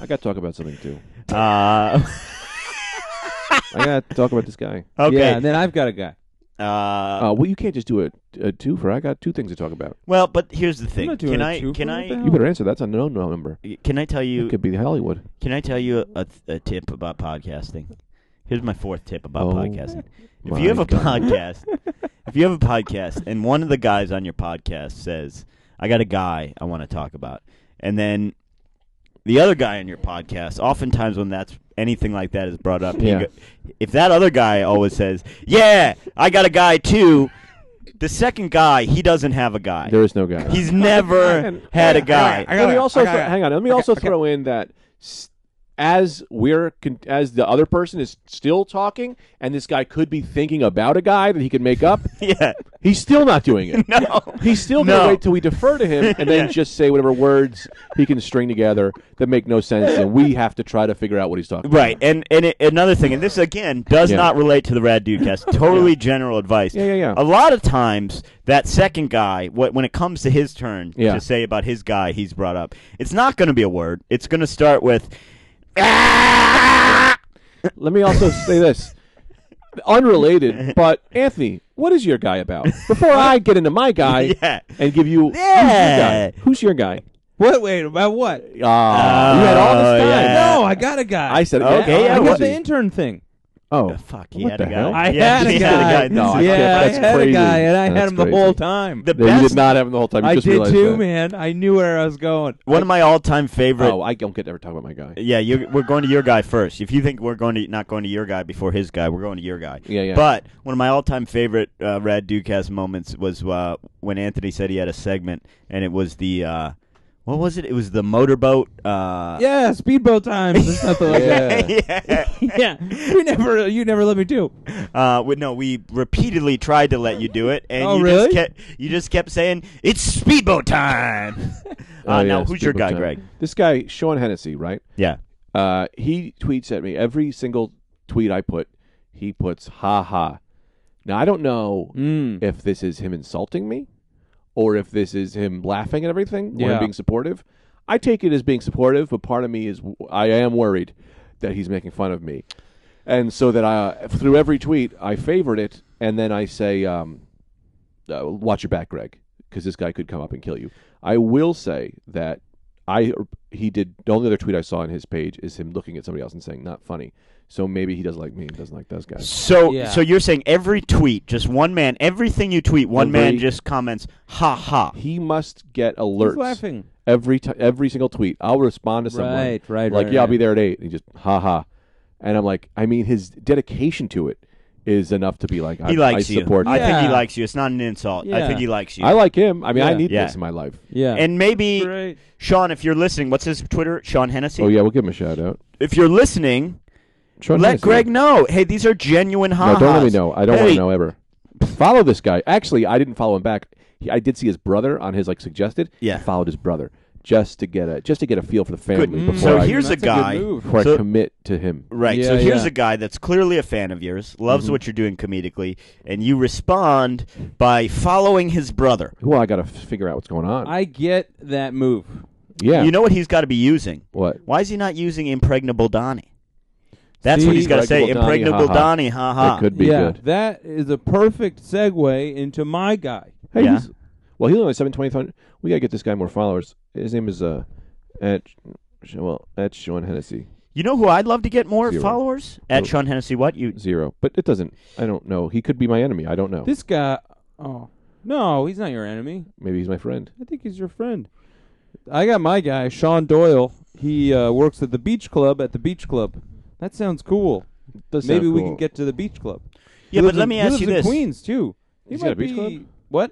D: I got to talk about something too.
C: Uh,
D: I got to talk about this guy.
B: Yeah,
C: okay.
B: and then I've got a guy.
C: uh,
D: Uh, well, you can't just do a, a two for. I got two things to talk about.
C: well, but here's the thing.
B: not doing
C: Can
B: a
C: I
B: twofer,
C: can
B: what the
C: I
B: hell?
D: You better answer. That's a no no number.
C: can I tell Oh. you
D: It could be Hollywood.
C: Can I tell you a, a tip about podcasting? Here's my fourth tip about
D: Oh,
C: podcasting. If
D: my
C: you have a
D: God.
C: podcast, if you have a podcast, and one of the guys on your podcast says, "I got a guy I want to talk about," and then the other guy on your podcast. Oftentimes, when that's anything like that is brought up, he
D: Yeah.
C: go- if that other guy always says, "Yeah, I got a guy too," the second guy he doesn't have a guy.
D: There is no guy.
C: He's never had a guy.
D: let me also thro- hang on. Let me also throw in that s- as we're con- as the other person is still talking, and this guy could be thinking about a guy that he could make up.
C: yeah,
D: he's still not doing it.
C: no.
D: He's still gonna
C: No.
D: wait till we defer to him and then just say whatever words he can string together that make no sense, and we have to try to figure out what he's talking.
C: Right, and and it, another thing, and this again does
D: Yeah.
C: not relate to the Rad Dude cast. Totally general advice.
D: Yeah, yeah, yeah.
C: A lot of times, that second guy, what when it comes to his turn
D: Yeah.
C: to say about his guy, he's brought up. It's not going to be a word. It's going to start with. "Ah!"
D: About. Let me also say this. Unrelated, but Anthony, what is your guy about? Before I uh, get into my guy
C: Yeah.
D: and give you
C: Yeah.
D: who's your guy? Who's your guy?
B: What? Wait, about what?
D: Oh, you had all this
C: Oh,
D: time.
C: yeah.
B: No, I got a guy. Oh,
D: I said,
C: Okay,
D: yeah,
C: yeah,
B: I
D: what-
B: got the intern thing.
D: Oh,
C: Fuck, he
D: What
C: had
D: the
C: a guy.
D: hell?
B: I
C: Yeah,
B: had a
C: he
B: guy.
C: had a guy.
D: No, I
B: yeah,
D: can't- that's
B: I had
D: crazy.
B: a guy, and I
D: That's
B: had him the
D: crazy.
B: whole time.
C: The
D: yeah, you
C: best.
D: did not have him the whole time. You
B: I
D: just
B: did
D: realized
B: too,
D: that.
B: man. I knew where I was going.
C: one of my all-time favorite.
D: Oh, I don't get to ever talk about my guy.
C: Yeah, you, we're going to your guy first. If you think we're going to not going to your guy before his guy, we're going to your guy.
D: Yeah, yeah.
C: But one of my all-time favorite uh, Rad Ducast moments was uh, when Anthony said he had a segment, and it was the uh, what was it? It was the motorboat. Uh,
B: Yeah, speedboat times and stuff like that.
D: Yeah.
B: Yeah, you never, you never let me do.
C: Uh, we, no, we repeatedly tried to let you do it, and
B: Oh,
C: you
B: really?
C: just kept you just kept saying it's speedboat time.
D: Oh,
C: uh,
D: yeah,
C: now,
D: it's
C: who's your
D: people
C: guy,
D: time.
C: Greg?
D: This guy, Sean Hennessy, right?
C: Yeah.
D: Uh, he tweets at me every single tweet I put. He puts ha ha. Now I don't know
B: Mm.
D: if this is him insulting me, or if this is him laughing at everything, or him
B: Yeah.
D: being supportive. I take it as being supportive, but part of me is I am worried that he's making fun of me, and so that I through every tweet I favorite it, and then I say, um, uh, "Watch your back, Greg," because this guy could come up and kill you. I will say that I he did the only other tweet I saw on his page is him looking at somebody else and saying, "Not funny." So maybe he doesn't like me, and doesn't like those guys.
C: So,
B: Yeah.
C: so you're saying every tweet, just one man, everything you tweet, one man
D: Every-
C: just comments, ha ha.
D: He must get
B: He's
D: alerts.
B: laughing.
D: every t- every single tweet. I'll respond to someone.
B: Right, right,
D: Like,
B: right,
D: yeah, I'll
B: right.
D: be there at eight. And he just, ha ha. And I'm like, I mean, his dedication to it is enough to be like, I,
C: He likes
D: I
C: you.
D: support.
C: I
D: you.
C: think he
B: Yeah.
C: likes you. It's not an insult. I
B: Yeah.
C: think he likes you.
D: I like him. I mean, I
B: Yeah.
D: need
C: Yeah.
D: this in my life.
B: Yeah,
C: and maybe
B: Great.
C: Sean, if you're listening, what's his Twitter? Sean Hennessy.
D: Oh yeah, we'll give him a shout out.
C: If you're listening,
D: Sean
C: let
D: Hennessy.
C: Greg know. Hey, these are genuine ha
D: No, don't let me know. I don't want
C: Hey.
D: to know ever. Follow this guy. Actually, I didn't follow him back. He, I did see his brother on his like suggested.
C: Yeah.
D: I followed his brother just to get a just to get a feel for the family before
C: Mm. So
D: I
C: here's a
B: Mm. That's
C: guy-
B: good move.
D: before I
C: so-
D: commit to him.
C: Right. so
B: Yeah,
C: here's
B: yeah.
C: a guy that's clearly a fan of yours, loves
D: Mm-hmm.
C: what you're doing comedically, and you respond by following his brother.
D: Well, I got to figure out what's going on.
B: I get that move.
D: yeah.
C: You know what he's got to be using?
D: what?
C: Why is he not using impregnable Donnie? That's what
B: See?
C: he's got to say.
D: Impregnable
C: Impregnable
D: Donnie,
C: Donnie, ha
D: That
C: ha.
D: could be
B: yeah,
D: good.
B: that is a perfect segue into my guy.
D: Hey,
C: Yeah.
D: he's- well, he's only seven twenty five. We gotta get this guy more followers. His name is uh, at well, at Sean Hennessy
C: You know who I'd love to get more
D: Zero.
C: followers? At
D: Zero.
C: Sean Hennessy, what? You
D: zero. But it doesn't. I don't know. He could be my enemy. I don't know.
B: This guy. Oh no, he's not your enemy.
D: Maybe he's my friend.
B: I think he's your friend. I got my guy, Sean Doyle. He uh, works at the beach club. At the beach club. That sounds cool.
D: Does
B: Maybe
D: sound
B: we
D: cool.
B: can get to the beach club. He
C: Yeah, but
B: lives
C: let
B: in-
C: me
B: he
C: ask
B: lives
C: you
B: in
C: this.
B: Queens too. He
D: He's
B: might
D: got a beach
B: be-
D: club?
B: What?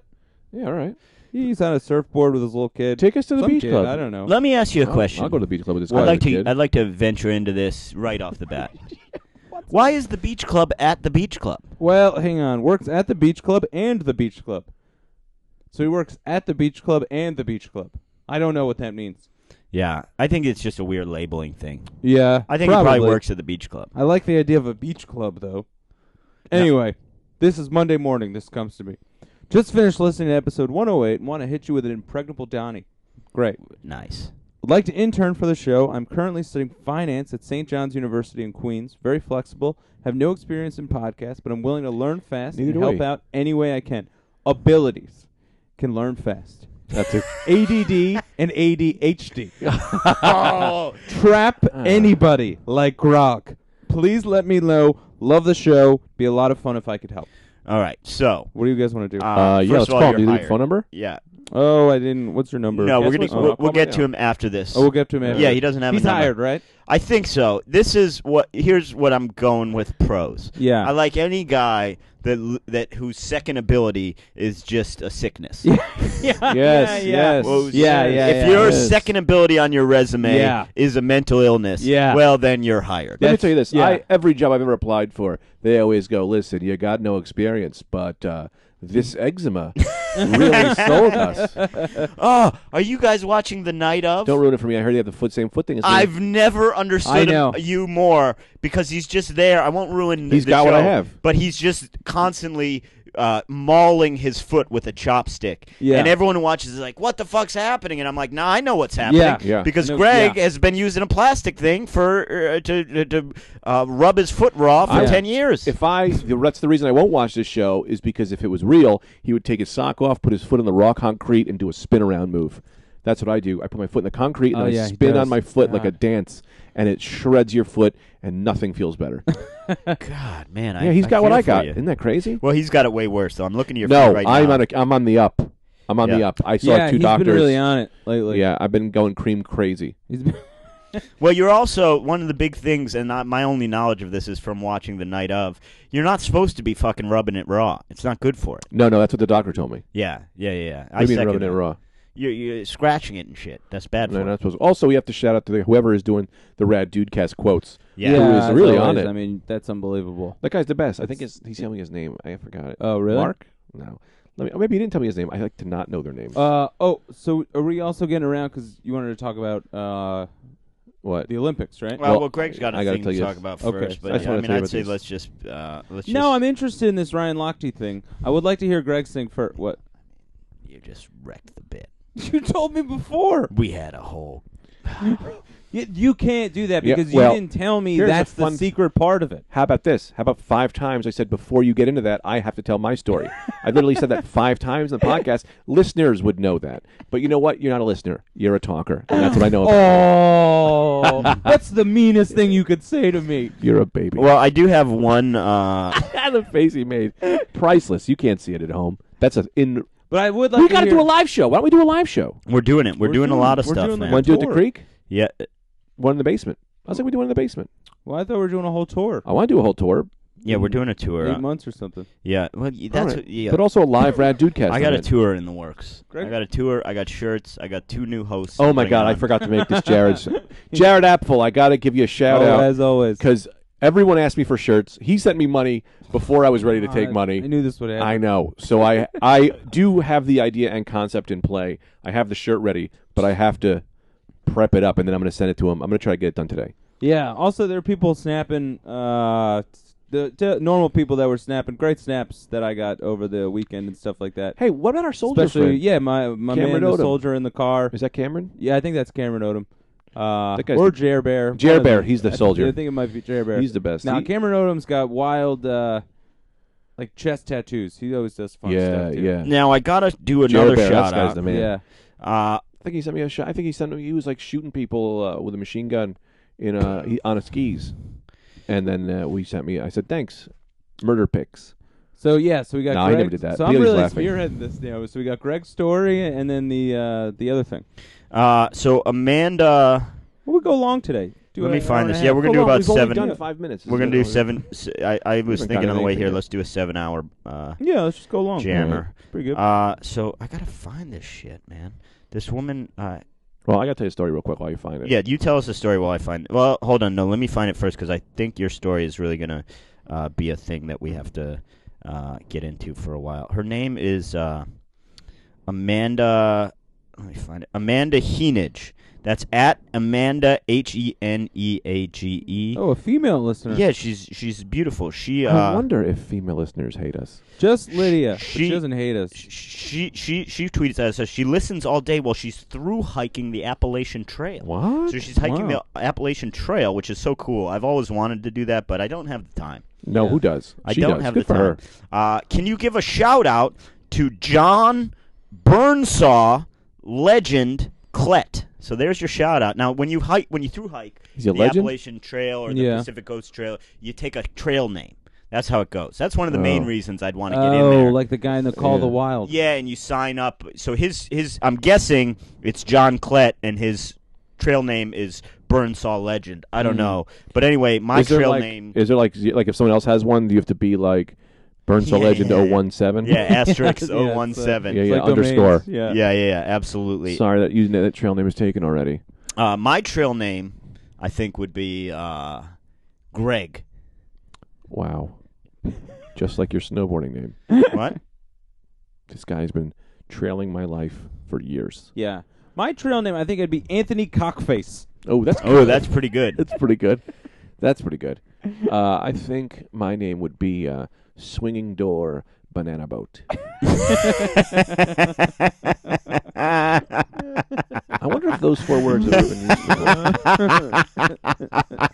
D: Yeah, all right.
B: He's on a surfboard with his little kid.
D: Take us to the
B: Some
D: beach
B: kid,
D: club.
B: I don't know.
C: Let me ask you a
D: I'll-
C: question.
D: I'll, go to the beach club with this guy.
C: I'd like
D: as a
C: to
D: kid.
C: I'd like to venture into this right off the bat. Why is the beach club at the beach club?
B: well, hang on. Works at the beach club and the beach club. So he works at the beach club and the beach club. I don't know what that means.
C: Yeah, I think it's just a weird labeling thing.
B: Yeah,
C: I think it probably works at the beach club.
B: I like the idea of a beach club, though. Anyway, this is Monday morning. This comes to me. Just finished listening to episode 108 and want to hit you with an impregnable Donnie. Great.
C: Nice.
B: Would like to intern for the show. I'm currently studying finance at St. John's University in Queens. Very flexible. Have no experience in podcasts, but I'm willing to learn fast
D: Neither do
B: and help
D: we.
B: out any way I can. Abilities can learn fast.
D: That's a,
B: ADD and ADHD.
C: oh,
B: Trap
D: Ah.
B: anybody like Grog. Please let me know. Love the show. Be a lot of fun if I could help.
C: all right. So,
B: What do you guys want to do?
C: uh,
D: uh, yeah,
C: first
D: let's
C: of all,
D: call him.
C: you're
D: Do you leave
C: hired.
D: phone number?
C: Yeah.
B: Oh, I didn't. What's your number?
C: No, we're
D: Yes,
C: gonna
D: what's-
B: oh,
C: we'll,
D: I'll
C: we'll
D: call
C: get
D: him
C: to him after this.
B: oh, we'll get to him. After.
C: yeah, he doesn't have.
B: He's
C: a number.
B: hired, right?
C: I think so. This is what. Here's what I'm going with pros.
B: Yeah.
C: I like any guy that l- that whose second ability is just a sickness.
B: Yeah.
E: yeah,
B: yes, yes,
C: Well,
B: yeah,
C: if
B: yeah. yeah,
C: your
B: yes.
C: second ability on your resume
B: Yeah.
C: is a mental illness,
B: Yeah.
C: well then you're hired.
D: Let me
B: That's-
D: tell you this.
B: yeah.
D: I, every job I've ever applied for, they always go, listen, you got no experience, but uh, this eczema really sold us.
C: Oh, are you guys watching The Night of?
D: Don't ruin it for me. I heard they have the foot, same foot thing. as me.
C: I've never
B: I
C: understood
B: know.
C: you more because he's just there. I won't ruin. the-
D: He's
C: the
D: got what I
C: show,
D: have.
C: but he's just constantly uh, mauling his foot with a chopstick.
B: Yeah.
C: and everyone who watches is like, "What the fuck's happening?" And I'm like, "Nah, I know what's happening."
B: Yeah.
D: Yeah.
C: because
B: No,
C: Greg
B: yeah.
C: has been using a plastic thing for uh, to to, to uh, rub his foot raw for
B: I-
C: ten years.
D: If I, the- that's the reason I won't watch this show is because if it was real, he would take his sock off, put his foot on the raw concrete, and do a spin around move. That's what I do. I put my foot in the concrete and
B: Oh,
D: I
B: yeah, he
D: spin
B: does.
D: on my foot like a
B: God.
D: dance, and it shreds your foot, and nothing feels better.
C: God, man, I,
D: yeah, he's
C: I
D: got what
C: feel
D: I
C: for
D: got.
C: you.
D: Isn't that crazy?
C: Well, he's got it way worse though. I'm looking at your
D: no,
C: feet right
D: I'm
C: now.
D: on. A, I'm on the up. I'm on the
C: Yeah.
D: up. I saw
B: Yeah,
D: two
B: he's
D: doctors.
B: been really on it lately.
D: yeah, I've been going cream crazy.
B: he's been.
C: Well, you're also one of the big things, and not, my only knowledge of this is from watching the night of. You're not supposed to be fucking rubbing it raw. It's not good for it.
D: No, no, that's what the doctor told me.
C: Yeah, yeah, yeah. yeah.
D: I mean,
C: second
D: rubbing it
C: that.
D: raw.
C: You're, you're scratching it and shit. That's bad
D: No,
C: for.
D: not
C: it.
D: supposed. Also, we have to shout out to the, whoever is doing the rad dude cast quotes.
C: Yeah.
D: who is
B: as
D: really on
B: always,
D: it.
B: I mean, that's unbelievable.
D: That guy's the best. I think his, he's telling me his name. I forgot it.
B: Oh, really?
D: Mark? No. Let me, or maybe he didn't tell me his name. I like to not know their names.
B: Uh oh, so are we also getting around because you wanted to talk about uh
D: what?
B: the Olympics, right?
C: Well,
D: Well,
C: well, Greg's got a
D: I gotta
C: thing
D: tell
C: to
D: you
C: talk
D: this.
C: about
B: Okay,
C: first,
B: I
C: but
D: just
C: yeah, I,
D: wanna
C: mean,
D: tell you
C: I'd
D: about
C: say
D: these.
C: let's just uh, let's just.
B: no, I'm interested in this Ryan Lochte thing. I would like to hear Greg's thing first. What
C: You just wrecked the bit.
B: you told me before?
C: We had a whole.
B: You, you can't do that
D: Yeah,
B: because
D: well,
B: you didn't tell me
D: here's a
B: that's the
D: fun-
B: secret part of it.
D: How about this? How about five times I said, before you get into that, I have to tell my story? I literally said that five times in the podcast. Listeners would know that. But you know what? You're not a listener. You're a talker. And that's what I know about.
B: Oh, that's the meanest thing you could say to me.
D: You're a baby.
C: Well, I do have one. Uh,
D: the face he made. Priceless. You can't see it at home. That's a in.
B: But I would like
D: We
B: to
D: got to
B: hear-
D: do a live show. Why don't we do a live show?
C: we're doing it. We're,
B: We're
C: doing,
B: doing-
C: a lot of
B: we're
C: stuff,
B: doing the-
C: man.
D: One do at the
B: Sure.
D: creek,
C: yeah,
D: one in the basement. I was like, we do one in the basement.
B: Well, I thought we were doing a whole tour,
D: I want to do a whole tour,
C: yeah, we're doing a tour.
B: eight
C: uh,
B: months or something.
C: yeah, well, y- that's
D: Alright.
C: what, yeah.
D: but also a live Rad Dude cast.
C: I got a
D: event.
C: tour in the works.
B: Great.
C: I got a tour. I got shirts. I got two new hosts.
D: Oh
C: to
D: my
C: bring
D: God, I
C: on.
D: forgot to make this Jared's. Jared Apfel, I got to give you a shout
B: Oh,
D: out
B: as always,
D: because everyone asked me for shirts. He sent me money before I was ready to take
B: Oh, I-
D: money.
B: I knew this would happen.
D: I know. So I I do have the idea and concept in play. I have the shirt ready, but I have to prep it up and then I'm going to send it to him. I'm going to try to get it done today.
B: Yeah. Also, there are people snapping. Uh, the t- normal people that were snapping great snaps that I got over the weekend and stuff like that.
D: Hey, what about our soldier
B: Especially,
D: friend?
B: yeah, my my
D: Cameron
B: man, the
D: Odom.
B: soldier in the car.
D: Is that Cameron?
B: Yeah, I think that's Cameron Odom. Uh,
D: That guy's
B: or
D: the-
B: Jer Bear.
D: Jer
B: One of
D: Bear,
B: them.
D: he's the
B: I think-
D: soldier.
B: I think it might be Jer Bear.
D: He's the best.
B: Now
D: He-
B: Cameron Odom's got wild, uh, like chest tattoos. He always does fun
D: yeah,
B: stuff. too.
D: yeah.
C: Now I gotta do
D: Jared
C: another
D: Bear,
C: shout
D: that guy's the
C: out.
D: man.
B: yeah.
C: Uh,
D: I think he sent me a shot. I think he sent me. He was like shooting people uh, with a machine gun in uh, he, on a skis, and then uh, we sent me. I said thanks. Murder pics.
B: So yeah, so we got.
D: No, I
B: Greg,
D: never did that.
B: So I'm
D: Billy's
B: really
D: laughing.
B: spearheading this now. So we got Greg's story and then the uh, the other thing.
C: uh, so Amanda,
B: We'll go long today. Do
C: Let
B: an
C: me find
B: hour and
C: this.
B: a
C: Yeah,
B: half.
C: we're gonna
D: Hold
C: do
D: on,
C: about
D: we've only
C: seven-
D: done five minutes.
C: we're gonna do seven. s- I, I was
D: haven't
C: thinking
D: got
C: on the way
D: anything
C: here.
D: yet.
C: Let's do a seven-hour uh,
B: Yeah, let's just go long.
C: jammer.
B: Pretty good.
C: Uh, so I gotta find this shit, man. This woman. Uh,
D: Well, I gotta tell you a story real quick while you find it.
C: yeah, you tell us the story while I find. Well, hold on. No, let me find it first because I think your story is really gonna uh, be a thing that we have to uh, get into for a while. Her name is uh, Amanda. Let me find it. Amanda Heenage. That's at Amanda H E N E A G E.
B: oh, a female listener.
C: Yeah, she's she's beautiful. She uh,
D: I wonder if female listeners hate us.
B: Just Lydia. but she
C: She-
B: doesn't hate us.
C: she she she tweets at us says she listens all day while she's through hiking the Appalachian Trail.
D: What?
C: So she's hiking
B: Wow.
C: the Appalachian Trail, which is so cool. I've always wanted to do that, but I don't have the time.
D: No, who does?
C: I
D: she
C: don't
D: does.
C: have
D: Good
C: the
D: for
C: time.
D: her.
C: Uh, can you give a shout out to John Burnsaw, legend Clet? So there's your shout out. Now, when you hike, when you through hike
D: He's a
C: the
D: legend?
C: Appalachian Trail or the
B: Yeah.
C: Pacific Coast Trail, you take a trail name. That's how it goes. That's one of the main
B: Oh.
C: reasons I'd want to get in
B: Oh,
C: there.
B: like the guy in the Call of the
D: Yeah.
B: Wild.
C: yeah, and you sign up. So his his I'm guessing it's John Klett, and his trail name is Burnsaw Legend. I don't
B: Mm.
C: know, but anyway, my
D: is there
C: trail
D: like,
C: name.
D: Is there like z- like if someone else has one, do you have to be like Burns
C: Yeah, yeah,
D: Legend
C: yeah.
D: 017?
C: yeah, asterisk
B: Yeah, it's, uh,
C: 017.
D: Yeah,
B: It's
D: yeah,
B: like domains.
D: underscore.
B: Yeah.
C: yeah, yeah, yeah, absolutely.
D: Sorry that you that trail name is taken already.
C: Uh, my trail name, I think, would be uh, Greg.
D: Wow. Just like your snowboarding name.
C: what?
D: This guy's been trailing my life for years.
B: Yeah. My trail name, I think, it'd be Anthony Cockface.
D: Oh, that's
C: Oh,
D: good.
C: that's pretty good.
D: that's pretty good. That's pretty good. Uh, I think my name would be uh, Swinging Door Banana Boat. I wonder if those four words have ever been used before.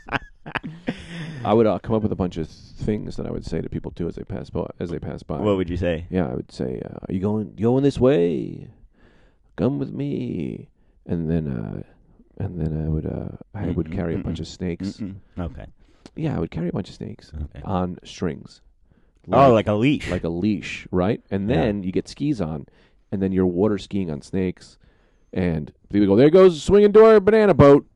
D: I would uh, come up with a bunch of things that I would say to people too as they pass by. As they pass by,
C: what would you say?
D: yeah, I would say, uh, "Are you going? You going this way? Come with me." And then, uh, and then I would, uh, I would
C: Mm-mm,
D: carry a bunch
C: mm-mm,
D: of snakes.
C: Mm-mm. Okay.
D: Yeah, I would carry a bunch of snakes
C: okay.
D: on strings.
C: Oh, like a leash.
D: like a leash, right? And
C: Yeah.
D: then you get skis on, and then you're water skiing on snakes, and people go, "There goes swinging door banana boat."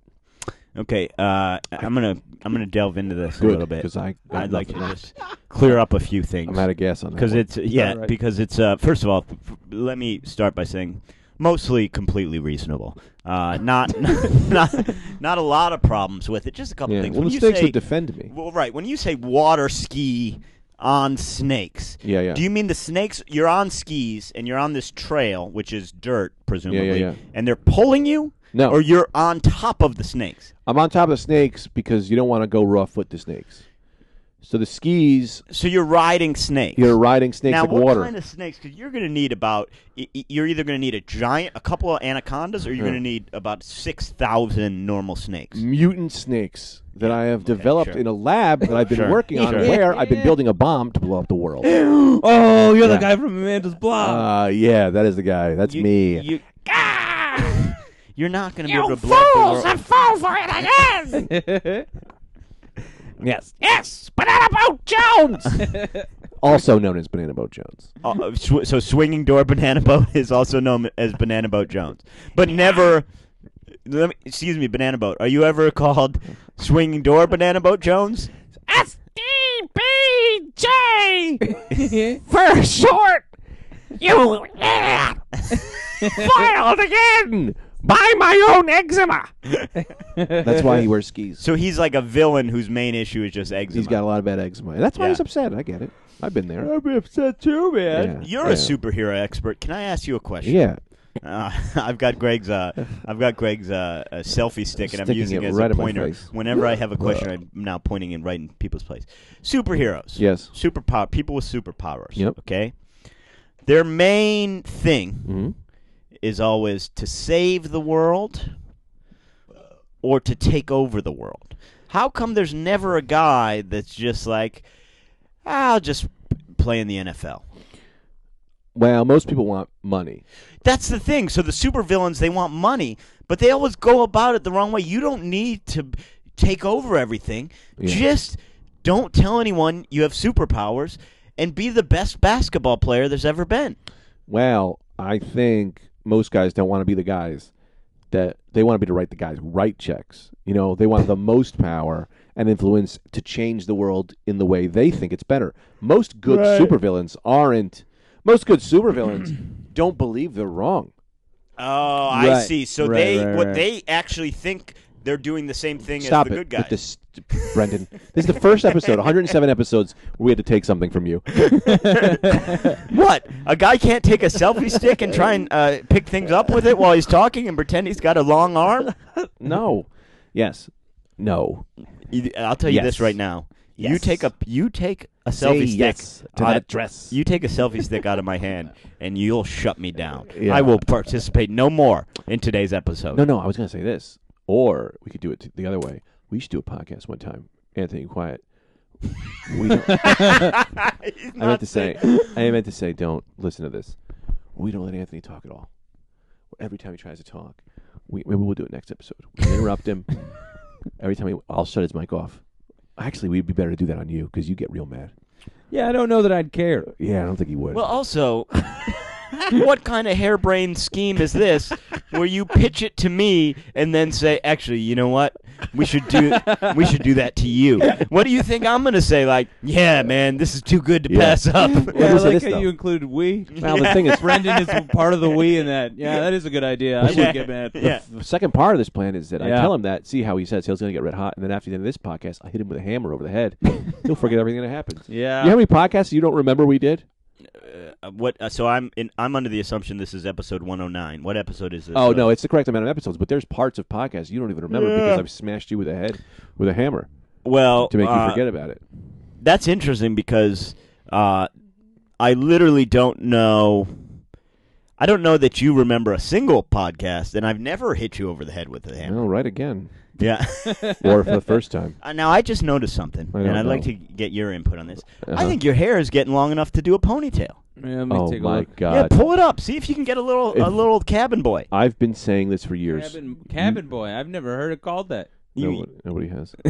C: okay. Uh, I'm gonna I'm gonna delve into this a little bit.
D: because I got
C: I'd like to
D: nothing left.
C: just clear up a few things.
D: I'm out of gas on that.
C: because
D: one.
C: it's yeah
B: Alright.
C: because it's uh first of all f- f- let me start by saying mostly completely reasonable uh not not not a lot of problems with it just a couple
D: yeah.
C: things
D: well,
C: when you
D: mistakes
C: say
D: would defend me.
C: well right when you say water ski on snakes
D: Yeah, yeah.
C: do you mean the snakes you're on skis and you're on this trail which is dirt presumably
D: yeah.
C: and they're pulling you
D: no,
C: or you're on top of the snakes
D: I'm on top of the snakes because you don't want to go rough with the snakes. So the skis,
C: so you're riding snakes
D: you're riding snakes
C: now,
D: like
C: what
D: water.
C: kind of snakes? Because you're going to need about y- y- you're either going to need a giant, a couple of anacondas, or you're
D: Yeah.
C: going to need about six thousand normal snakes.
D: Mutant snakes that I have
C: okay,
D: developed
C: sure.
D: in a lab that I've been
C: Sure,
D: working on,
C: sure.
D: where I've been building a bomb to blow up the world.
B: Oh, you're the
D: Yeah.
B: guy from Amanda's blog.
D: Uh, yeah, that is the guy. That's
C: Oh. You-
D: me.
C: You, you're not going to be able to
E: You
C: blow up the
E: fools!
C: world.
E: I fall for it again!
B: yes.
E: yes! Banana Boat Jones!
D: also known as Banana Boat Jones.
C: Uh, uh, sw- so, swinging door banana boat is also known as banana boat Jones, but never. Let me, excuse me, banana boat. Are you ever called swinging door banana boat Jones?
E: SDBJ! for short! You idiot! Foiled again! By my own eczema!
D: That's why he wears skis.
C: So he's like a villain whose main issue is just eczema.
D: He's got a lot of bad eczema. And that's why
C: Yeah.
D: he's upset. I get it. I've been there.
B: I'd be upset too, man.
D: Yeah.
C: You're
D: Yeah.
C: a superhero expert. Can I ask you a question?
D: Yeah.
C: Uh, I've got Greg's. Uh, I've got Greg's uh, uh, selfie stick, and I'm
D: Sticking
C: using
D: it
C: it as
D: right
C: a
D: in my
C: pointer.
D: face.
C: Whenever I have a question, I'm now pointing it right in people's place. Superheroes.
D: Yes.
C: Superpower. People with superpowers.
D: Yep.
C: Okay. Their main thing
D: hmm
C: is always to save the world or to take over the world. How come there's never a guy that's just like, "Ah, I'll just play in the NFL?
D: Well, most people want money.
C: That's the thing. So the supervillains they want money, but they always go about it the wrong way. You don't need to b- take over everything.
D: Yeah.
C: Just don't tell anyone you have superpowers and be the best basketball player there's ever been.
D: Well, I think most guys don't want to be the guys that they want to be the right the guys who write checks. You know, they want the most power and influence to change the world in the way they think it's better. Most good
B: Right.
D: supervillains aren't most good supervillains don't believe they're wrong.
C: Oh, I
B: Right.
C: see. So
B: Right,
C: they
B: right,
C: what
B: right.
C: they actually think they're doing the same thing
D: Stop
C: as the
D: it
C: good guys.
D: with this, Brendan. This is the first episode, 107 episodes, where we had to take something from you.
C: What? A guy can't take a selfie stick and try and uh, pick things up with it while he's talking and pretend he's got a long arm?
D: No. Yes. No.
C: You- I'll tell you
D: Yes.
C: this right now. You
D: Yes.
C: take a you take a selfie stick out-
D: dress.
C: You take a selfie stick out of my hand and you'll shut me down.
D: Yeah.
C: I will participate no more in today's episode.
D: no, no. I was gonna say this, or we could do it t- the other way. We should do a podcast one time. Anthony, quiet. We don't, I
C: He's not
D: meant to say. I meant to say. Don't listen to this. We don't let Anthony talk at all. Every time he tries to talk, we maybe we'll do it next episode. We interrupt him. Every time he, I'll shut his mic off. Actually, we'd be better to do that on you because you get real mad.
B: Yeah, I don't know that I'd care.
D: Yeah, I don't think he would.
C: Well, also, what kind of harebrained scheme is this where you pitch it to me and then say, actually, you know what? We should do we should do that to you. What do you think I'm going to say like, yeah, man, this is too good to
D: Yeah.
C: pass up.
B: Yeah,
D: Yeah,
B: I
D: listen to
B: like
D: this,
B: how
D: though.
B: you included we.
D: Now, the thing is-
B: Brendan is part of the we in that. Yeah, that is a good idea. I would
C: Yeah.
B: get mad.
C: Yeah.
D: the second part of this plan is that I
B: Yeah.
D: tell him that, see how he says he's going to get red hot, and then after the end of this podcast, I hit him with a hammer over the head. He'll forget everything that happened.
B: Yeah.
D: You know how many podcasts you don't remember we did?
C: Uh, what uh, so I'm in, I'm under the assumption this is episode 109. What episode is this? Uh,
D: Oh
C: of?
D: no, it's the correct amount of episodes, but there's parts of podcasts you don't even remember because
C: Yeah.
D: I've smashed you with a head with a hammer
C: Well,
D: to make
C: uh,
D: you forget about it.
C: that's interesting because uh, I literally don't know. I don't know that you remember a single podcast, and I've never hit you over the head with a hammer.
D: No, right again,
C: Yeah.
D: or for the first time.
C: Uh, now I just noticed something,
D: I
C: and
D: don't
C: I'd like
D: know.
C: to get your input on this. I
D: Uh-huh.
C: think your hair is getting long enough to do a ponytail.
B: Yeah, let me
D: Oh
B: take a
D: my
B: look.
D: god,
C: yeah, pull it up. See if you can get a little a
D: If-
C: little cabin boy.
D: I've been saying this for years.
B: Cabin, cabin boy. I've never heard it called that.
C: You-
D: Nobody, nobody has.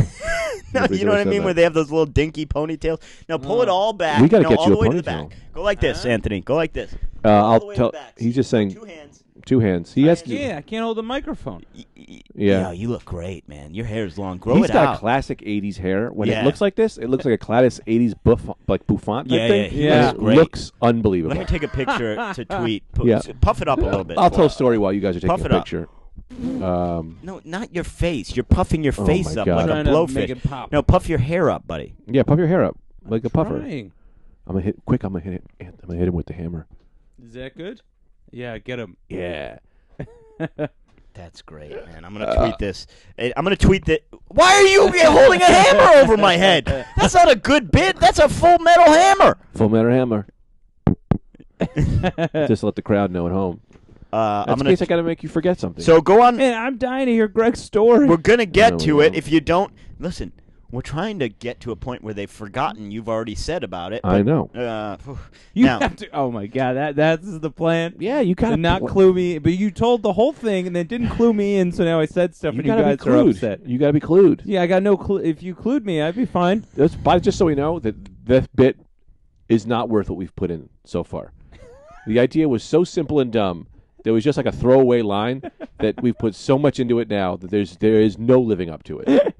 C: No,
D: Nobody's
C: you know what
D: ever
C: I
D: said
C: mean,
D: that.
C: where they have those little dinky ponytails. Now pull
B: Oh.
C: it all back.
D: Mm. We gotta
C: no,
D: get
C: all
D: you
C: the
D: a
C: way to the
D: ponytail.
C: back. Go like this,
B: Huh?
C: Anthony. Go like this.
D: Uh,
C: all the
D: I'll
C: way to
D: tell.
C: the back.
D: He's just saying
C: Two hands.
D: two hands. He has to.
B: Yeah, I can't hold the microphone.
C: Y- y-
D: Yeah.
C: Yo, you look great, man. Your hair is long. Grow
D: He's
C: it
D: got
C: out.
D: classic '80s hair. When
C: Yeah.
D: it looks like this, it looks like a classic '80s buff, like bouffant. type
C: Yeah,
D: thing.
C: yeah, he
D: And
B: looks
D: it
C: great.
D: looks unbelievable.
C: Let me take a picture to tweet. Pu-
D: Yeah.
C: Puff it up a little bit.
D: I'll
C: for
D: tell a
C: us.
D: story while you guys are taking
C: Puff it
D: a
C: up.
D: picture. Um,
C: No, not your face. You're puffing your
D: Oh
C: face
D: my
C: up
D: God.
C: like
B: Trying
C: a
B: to
C: blowfish.
B: make it pop.
C: No, puff your hair up, buddy.
D: yeah, puff your hair up like a puffer.
B: Trying.
D: I'm gonna hit quick. I'm gonna hit it. I'm gonna hit him with the hammer.
B: Is that good? Yeah, get him.
D: Yeah.
C: That's great, man. I'm gonna
D: Uh.
C: tweet this. Eh, I'm gonna tweet that. Why are you holding a hammer over my head? That's not a good bit. That's a full metal hammer.
D: Full metal hammer. Just to let the crowd know at home.
C: Uh,
D: That's
C: I'm
D: in
C: gonna.
D: case I gotta make you forget something.
C: so go on.
B: Man, I'm dying to hear Greg's story.
C: We're gonna
D: No,
C: get
D: we
C: to it.
D: don't.
C: If you don't listen, we're trying to get to a point where they've forgotten you've already said about it.
D: I know.
C: but, Uh, phew.
B: you
C: now,
B: have to. Oh my god, that that's the plan.
D: Yeah, you
B: To
D: gotta
B: not clue me, but you told the whole thing and then didn't clue me in, so now I said stuff
D: You
B: and you
D: gotta
B: guys
D: be
B: are
D: clued.
B: upset.
D: You gotta be clued.
B: Yeah, I got no clue. If you clued me, I'd be fine.
D: That's, but just so we know that this bit is not worth what we've put in so far. the idea was so simple and dumb that it was just like a throwaway line that we've put so much into it now that there's there is no living up to it.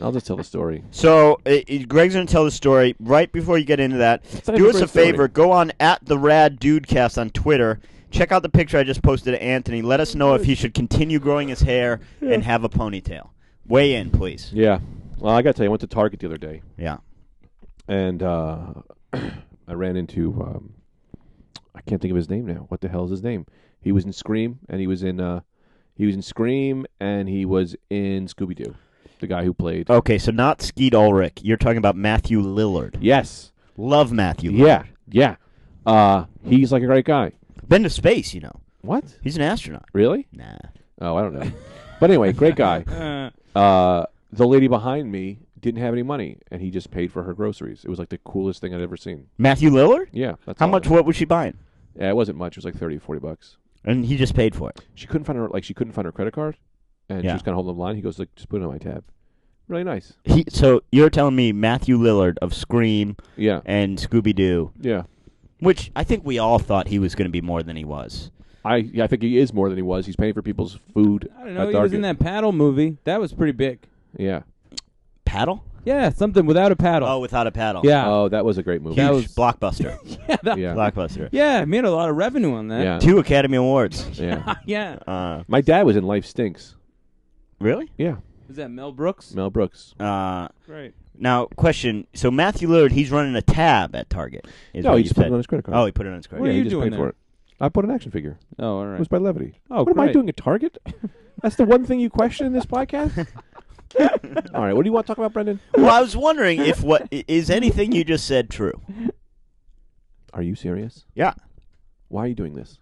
D: I'll just tell the story.
C: so uh, uh, Greg's gonna tell the story right before you get into that.
D: not
C: Do
D: even
C: us
D: a
C: a
D: story.
C: favor. Go on at the Rad Dudecast on Twitter. Check out the picture I just posted to Anthony. Let us know if he should continue growing his hair and have a ponytail. Weigh in, please.
D: Yeah. Well, I gotta tell you, I went to Target the other day.
C: Yeah.
D: and uh, I ran into um, I can't think of his name now. What the hell is his name? He was in Scream, and he was in uh, he was in Scream, and he was in Scooby Doo, the guy who played.
C: Okay, so not Skeet Ulrich. You're talking about Matthew Lillard.
D: Yes,
C: Love Matthew. Lillard.
D: yeah, yeah. Uh, he's like a great guy.
C: Been to space, you know.
D: What?
C: He's an astronaut.
D: Really?
C: Nah.
D: Oh, I don't know. but anyway, great guy.
B: Uh,
D: Uh, the lady behind me didn't have any money, and he just paid for her groceries. It was like the coolest thing I'd ever seen.
C: Matthew Lillard?
D: Yeah, that's
C: How
D: all.
C: much? What was she buying?
D: Yeah, it wasn't much. It was like 30, 40 bucks.
C: And he just paid for it.
D: she couldn't find her like she couldn't find her credit card, and she
C: Yeah.
D: was kind of holding the line. He goes like, just put it on my tab. Really nice.
C: He, so you're telling me Matthew Lillard of Scream
D: Yeah,
C: and Scooby Doo,
D: yeah.
C: which I think we all thought he was going to be more than he was.
D: I yeah, I think he is more than he was. He's paying for people's food.
B: I don't know.
D: at
B: He was in
D: Target.
B: that paddle movie. That was pretty big.
D: Yeah.
C: Paddle?
B: Yeah, something without a paddle.
C: Oh, without a paddle.
B: yeah,
D: Oh, that was a great movie.
C: Huge
B: that was-
C: blockbuster.
B: yeah, that-
D: yeah.
C: blockbuster.
B: yeah. Made a lot of revenue on that.
D: yeah.
C: Two Academy Awards.
D: yeah.
B: yeah.
C: Uh,
D: My dad was in Life Stinks.
C: really?
D: Yeah.
B: Is that Mel Brooks?
D: Mel Brooks.
C: Uh,
B: Great.
C: now, question. So Matthew Lillard, he's running a tab at Target. Is
D: no,
C: what
D: he
C: you
D: just put
C: said.
D: it on his credit card.
C: Oh, he put it on his
D: yeah,
C: credit.
B: What are
D: he
B: you
D: just
B: doing
D: paid
B: there?
D: for it. I bought an action figure.
B: Oh, all
D: It
B: right.
D: was by Levity.
B: Oh,
D: what am I
B: great.
D: doing at Target? That's the one thing you question in this podcast. All right, what do you want to talk about, Brendan?
C: Well, I was wondering if what i- is anything you just said true?
D: Are you serious?
C: Yeah.
D: Why are you doing this?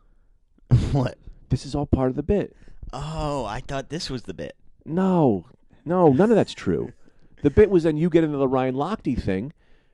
C: What?
D: This is all part of the bit.
C: Oh, I thought this was the bit.
D: No, no, none of that's true. The bit was then you get into the Ryan Lochte thing,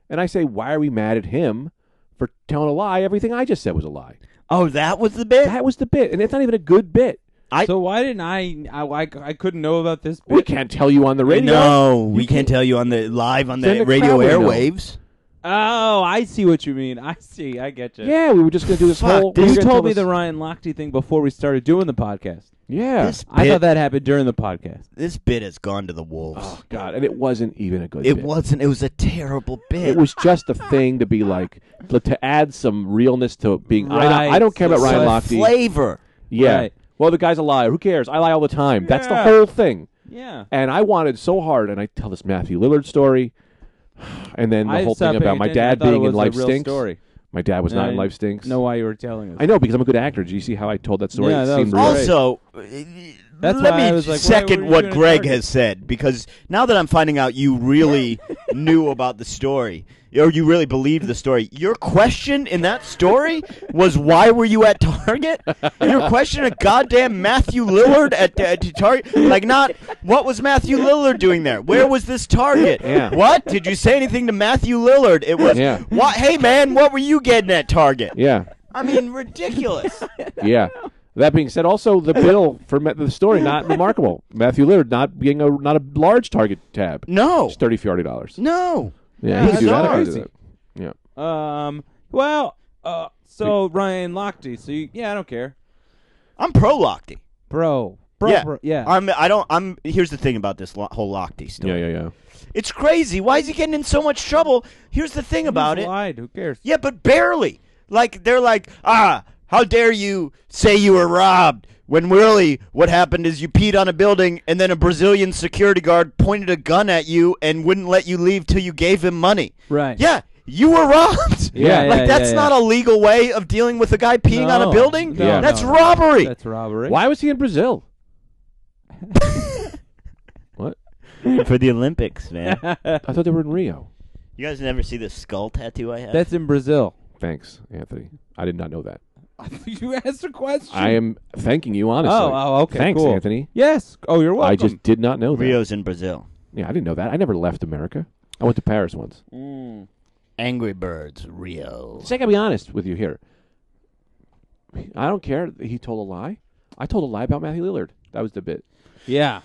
D: and I say, why are we mad at him for telling a lie? Everything I just said was a lie.
C: Oh, that was the bit.
D: That was the bit, and it's not even a good bit.
C: I-
B: so why didn't I? I like I couldn't know about this.
D: We
B: Bit.
D: can't tell you on the radio.
C: No, we can't tell you on the live on
D: Then
C: the
D: the
C: radio
D: crowd would know.
C: airwaves.
B: Oh, I see what you mean. I see. I get you.
D: Yeah, we were just gonna do this
C: Fuck,
D: whole.
C: dude.
D: we were
B: You
D: gonna
B: told
D: do
B: me the
D: this-
B: Ryan Lochte thing before we started doing the podcast.
D: Yeah.
C: This bit,
B: I thought that happened during the podcast.
C: this bit has gone to the wolves.
D: oh God, and it wasn't even a good.
C: it
D: bit.
C: wasn't. It was a terrible bit.
D: It was just a thing to be like to- to add some realness to being. I,
B: Right.
D: don't, I don't care about
B: So
D: Ryan
C: But
D: Lochte.
C: flavor.
D: Yeah.
B: Right.
D: Well, the guy's a liar. Who cares? I lie all the time. That's the
B: Yeah.
D: whole thing.
B: Yeah.
D: And I wanted so hard, and I tell this Matthew Lillard story, and then the
B: I
D: whole
B: stopped
D: thing
B: paying
D: about my
B: attention. I
D: dad
B: thought it
D: being in
B: was a
D: Life
B: real
D: Stinks.
B: Story.
D: My dad was
B: And
D: not
B: I
D: in Life Stinks.
B: Know why you were telling us?
D: I know because I'm a good actor. Do you see how I told that story?
B: Yeah,
D: it
B: that
D: seemed
B: was
D: real.
B: great.
C: Also, uh,
B: That's
C: let
B: why
C: me
B: I was like, why
C: second
B: were you
C: what
B: gonna
C: Greg
B: target?
C: has said because now that I'm finding out you really knew about the story or you really believed the story, your question in that story was why were you at Target? Your question a goddamn Matthew Lillard at, at Target, like not what was Matthew Lillard doing there? Where was this Target?
D: Yeah.
C: What did you say anything to Matthew Lillard? It was
D: Yeah.
C: what? Hey man, what were you getting at Target?
D: Yeah,
C: I mean, ridiculous.
D: yeah. That being said, also the bill for Ma- the story not remarkable. Matthew Lillard not being a not a large target tab.
C: No.
D: It's thirty forty dollars.
C: No.
D: Yeah, he could do that. I could do
B: Crazy.
D: that. Yeah.
B: Um. Well. Uh. So Ryan Lochte. So you, yeah, I don't care,
C: I'm pro Lochte.
B: bro. Bro.
C: yeah.
B: bro- yeah.
C: I'm. I don't. I'm. Here's the thing about this lo- whole Lochte
D: Yeah,
C: story.
D: yeah, yeah.
C: It's crazy. Why is he getting in so much trouble? Here's the thing about
B: He's
C: it.
B: Lied. Who cares?
C: Yeah, but barely. Like they're like, ah, how dare you say you were robbed when really what happened is you peed on a building and then a Brazilian security guard pointed a gun at you and wouldn't let you leave till you gave him money.
B: Right.
C: Yeah, you were robbed.
D: Yeah,
B: yeah,
D: yeah,
C: like that's
B: yeah.
C: not a legal way of dealing with a guy peeing on a
B: No.
C: building.
B: No,
D: Yeah.
C: That's
B: no, no.
C: robbery.
B: That's robbery.
D: Why was he in Brazil? what?
C: for the Olympics, man.
D: I thought they were in Rio.
C: you guys never see the skull tattoo I have?
B: That's in Brazil.
D: Thanks, Anthony. I did not know that.
B: you asked a question.
D: I am thanking you honestly.
B: Oh, oh, okay,
D: Thanks,
B: cool.
D: Anthony.
B: Yes. Oh, you're welcome.
D: I just did not know that.
C: Rio's in Brazil.
D: Yeah, I didn't know that. I never left America. I went to Paris once.
C: Mm. Angry Birds, Rio.
D: So I gotta be honest with you here. I don't care. that He told a lie. I told a lie about Matthew Lillard. That was the bit.
B: Yeah.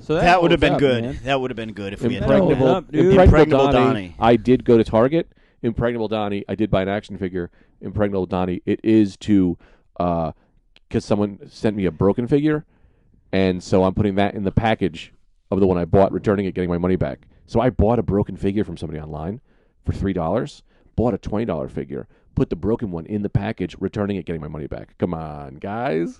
B: So that,
C: That would have
B: holds
C: been
B: up,
C: good.
B: man.
C: That would have been good if we had.
B: Impregnable-
C: done
D: Impregnable,
C: that.
B: up, dude.
D: impregnable
C: Impregnable
D: Donnie,
C: Donnie.
D: I did go to Target. Impregnable Donnie. I did buy an action figure. Impregnable Donnie. It is to, because someone sent me a broken figure, and so I'm putting that in the package of the one I bought, returning it, getting my money back. So I bought a broken figure from somebody online for three dollars. Bought a twenty dollar figure. Put the broken one in the package, returning it, getting my money back. Come on, guys!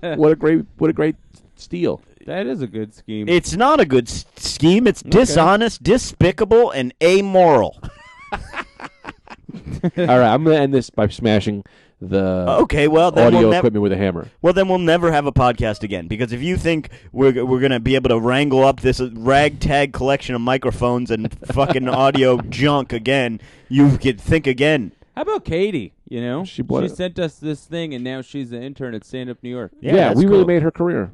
D: what a great, what a great steal!
B: That is a good scheme.
C: It's not a good s- scheme. It's dishonest, despicable, and amoral.
D: All right, I'm gonna end this by smashing the
C: Okay, well then
D: Oh. audio
C: we'll never.
D: equipment with a hammer.
C: Well then we'll never have a podcast again because if you think we're g- we're gonna be able to wrangle up this uh, ragtag collection of microphones and fucking audio junk again, you could think again.
B: How about Katie? You know,
D: She bought it.
B: sent us this thing, and now she's the intern at Stand Up New York.
D: Yeah, we really made her career.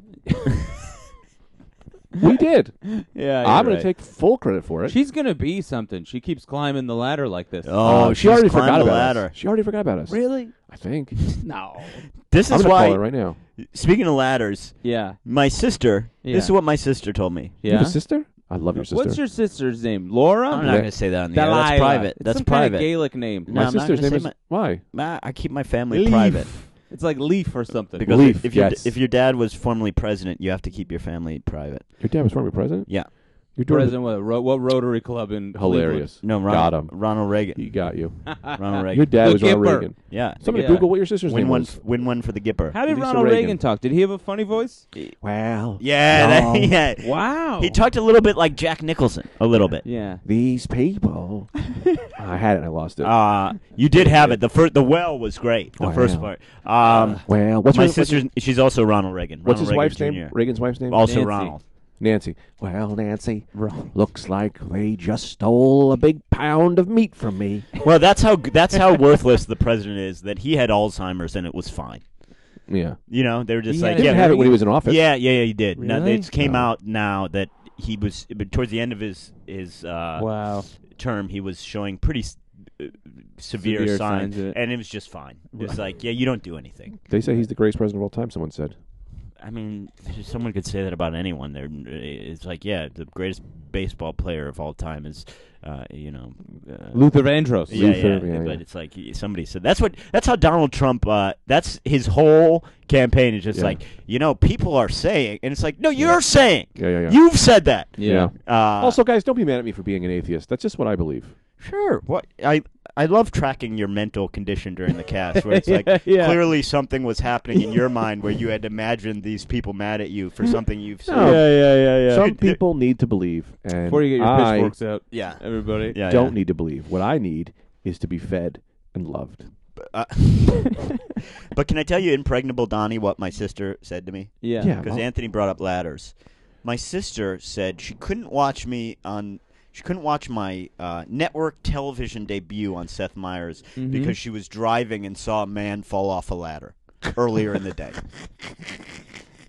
D: we did.
B: Yeah,
D: I'm going to take full credit for it.
B: She's gonna be something. She keeps climbing the ladder like this.
C: Oh,
D: Uh, she already forgot
C: climbed the
D: about
C: ladder.
D: us. She already forgot about us.
C: Really?
D: I think.
B: No.
C: This
D: I'm
C: is
D: gonna
C: why.
D: call her right now.
C: Speaking of ladders,
B: Yeah.
C: my sister.
B: Yeah.
C: This is what my sister told me.
D: You
B: Yeah.
D: have a sister? I love your sister.
B: What's your sister's name? Laura.
C: I'm not
D: Yeah.
C: gonna say that on the air.
B: Delilah.
C: That's private.
B: It's
C: That's
B: some kind
C: private.
B: of Gaelic name.
D: My
C: No, I'm not
D: sister's
C: gonna
D: name is
C: say
D: why?
C: Nah, I keep my family
B: Leaf.
C: private
B: It's like Leaf or something.
C: because
D: Leaf,
C: if your
D: yes.
C: if your dad was formerly president, you have to keep your family private.
D: Your dad was former president.
C: Yeah.
D: Your daughter.
B: President what, ro- what Rotary Club in
D: Hilarious.
C: No,
D: got
C: Ronald,
D: him.
C: Ronald Reagan.
D: He got you.
C: Ronald
D: Your
C: Reagan.
D: dad
B: The
D: was Ronald
B: Gipper.
D: Reagan.
C: Yeah.
D: Somebody
B: Yeah.
D: Google what your sister's
C: Win
D: name
C: one,
D: was.
C: win one for the Gipper.
B: Cleveland? How did
D: Lisa
B: Ronald
D: Reagan.
B: Reagan. talk? Did he have a funny voice?
D: Wow.
C: Yeah, that- yeah.
B: Wow.
C: He talked a little bit like Jack Nicholson. A little bit.
B: Yeah.
D: These people. I had it. and I lost it.
C: Uh, you did have it. The first, the well was great. The
D: Wow.
C: first part. Um,
D: well, Oh, what's
C: my
D: her- what's her-
C: sister's. She's also Ronald Reagan.
D: What's his
C: Ronald
D: wife's
C: Reagan
D: name?
C: Jr..
D: Reagan's wife's name?
C: Also
B: Nancy.
C: Ronald.
D: Nancy. Well, Nancy, looks like they just stole a big pound of meat from me.
C: Well, that's how that's how worthless the president is. That he had Alzheimer's and it was fine.
D: Yeah.
C: You know, they were just
B: He
C: like,
B: had
D: He
C: yeah,
D: didn't have it when he was in office.
C: yeah, yeah, yeah, he did. Now,
B: Really?
C: it came
D: No.
C: out now that he was but towards the end of his his uh,
B: Wow.
C: term. He was showing pretty s- uh, severe,
B: Severe
C: signs,
B: signs of it.
C: and it was just fine. It was like, yeah, you don't do anything.
D: They say he's the greatest president of all time, someone said.
C: I mean, someone could say that about anyone. They're, it's like, yeah, the greatest baseball player of all time is, uh, you know, uh,
B: Luther Vandross.
C: Yeah, yeah,
D: Luther, yeah,
C: but
D: yeah.
C: it's like y- somebody said that's what that's how Donald Trump. Uh, that's his whole campaign is just
D: Yeah.
C: like you know people are saying, and it's like no, you're saying,
D: Yeah, yeah, yeah.
C: you've said that.
D: Yeah.
C: Uh,
D: also, guys, don't be mad at me for being an atheist. That's just what I believe.
C: sure. What I I love tracking your mental condition during the cast, where it's like
B: Yeah, yeah.
C: clearly something was happening in your mind where you had imagined these people mad at you for something you've said.
D: No. Yeah,
B: yeah,
D: Some people need to believe, and
B: Before you get your
D: I
B: pitchforks out,
C: Yeah.
B: everybody.
C: Yeah,
D: don't
C: yeah.
D: need to believe. What I need is to be fed and loved.
C: Uh, but can I tell you, impregnable Donnie, what my sister said to me?
B: yeah,
D: Yeah.
C: Because
D: well-
C: Anthony brought up ladders. My sister said she couldn't watch me on. She couldn't watch my uh, network television debut on Seth Meyers
D: Mm-hmm.
B: Mhm.
C: because she was driving and saw a man fall off a ladder earlier in the day.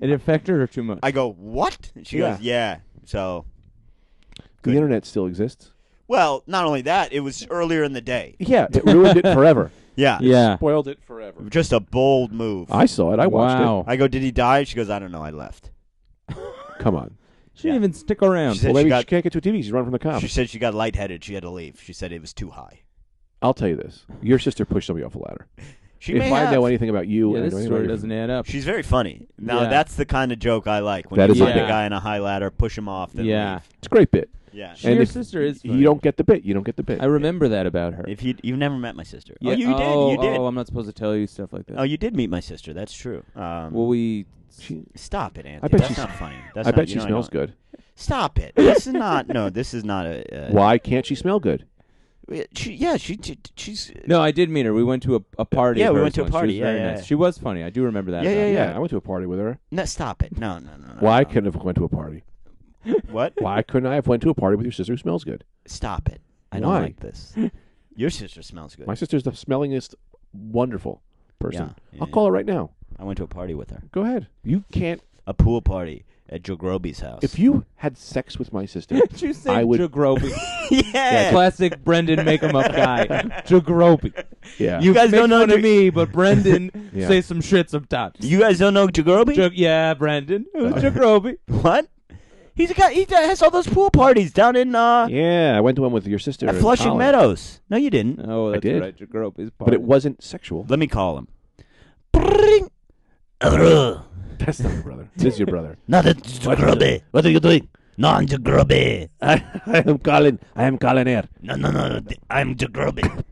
B: It affected her too much.
C: I go, "What?" And She goes, "Yeah." So,
D: The
C: Good.
D: internet still exists.
C: well, not only that, it was earlier in the day.
D: Yeah, it ruined it forever.
C: Yeah.
B: yeah.
D: Spoiled it forever.
C: Just a bold move.
D: I saw it. I watched
B: wow.
C: I go, "Did he die?" She goes, "I don't know. I left."
D: it. Come on.
B: She didn't even stick around.
C: She said
D: Well, maybe
C: she
D: she,
C: got
D: can't get to a TV. She's running from the cops.
C: She said she got lightheaded. She had to leave. She said it was too high.
D: I'll tell you this: your sister pushed somebody off a ladder.
C: She
D: if
C: may
D: I
C: have.
D: know anything about you,
B: yeah,
D: and I know
B: this
D: anything
B: story
D: about your-
B: doesn't add up.
C: She's very funny. Now
B: Yeah.
C: that's the kind of joke I like. When
D: That
C: you
D: is
B: a
C: find
B: big-
C: a guy in a high ladder, push him off. Then
B: yeah,
C: leave.
D: it's a great bit.
C: yeah.
B: She- your
D: if
B: sister is
D: You
B: funny.
D: don't get the bit. You don't get the bit.
B: I remember that about her.
C: If Oh, you you've never met my sister.
B: yeah.
C: Oh, you
B: oh,
C: did. You did.
B: Oh, I'm not supposed to tell you stuff like that.
C: oh, you did meet my sister. That's true. Um,
B: well, we.
D: She-
C: stop it, Anthony.
D: I bet
C: that's
D: she's-
C: not funny. That's
D: I
C: not-
D: bet
C: you
D: she
C: know I
D: smells
C: don't-
D: good.
C: Stop it. This is not. No, this is not a. Uh,
D: Why can't she smell good?
C: She, yeah, she, she she's.
B: No, I did meet her. We went to a, a party.
C: Yeah,
B: of
C: we
B: hers
C: went to a
B: once.
C: party.
B: She was
C: Yeah,
B: very
C: yeah,
B: nice.
C: yeah.
B: She was funny. I do remember that.
C: Yeah,
B: about
C: yeah,
B: her.
C: yeah.
D: I went to a party with her.
C: No, stop it. No, no, no. no
D: Why I
C: no.
D: couldn't have went to a party?
C: What?
D: Why couldn't I have went to a party with your sister who smells good?
C: Stop it. I
D: Why?
C: don't like this. Your sister smells good.
D: My sister's the smellingest, wonderful person.
C: Yeah,
D: I'll
C: yeah.
D: call her right now.
C: I went to a party with her.
D: Go ahead. You can't.
C: A pool party at Joe Groby's house.
D: If you had sex with my sister,
B: Did you say
D: I would.
B: Jagrobi?
C: yeah.
B: Classic Brendan make 'em up guy. Jagrobi.
D: yeah.
C: You guys
B: make
C: don't know
B: fun
C: Ju-
B: of me, but Brendan
D: Yeah.
B: say some shit sometimes.
C: You guys don't know Jagrobi?
B: Jug- yeah, Brendan. Who's Jagrobi?
C: what? He's a guy. He has all those pool parties down in uh,
D: yeah. I went to one with your sister.
C: at
D: in
C: Flushing
D: college.
C: Meadows. No, you didn't.
B: Oh, that's
D: did.
B: right. Jagrobi's part.
D: But it wasn't sexual.
C: Let me call him. Bring. Ugh.
D: That's not your brother. This is your brother.
C: Not a Jagrobi.
D: What are you doing?
C: No, I'm Jagrobi.
D: I, I am Colin. I am Colin Air.
C: No, no, no. th- I'm Jagrobi.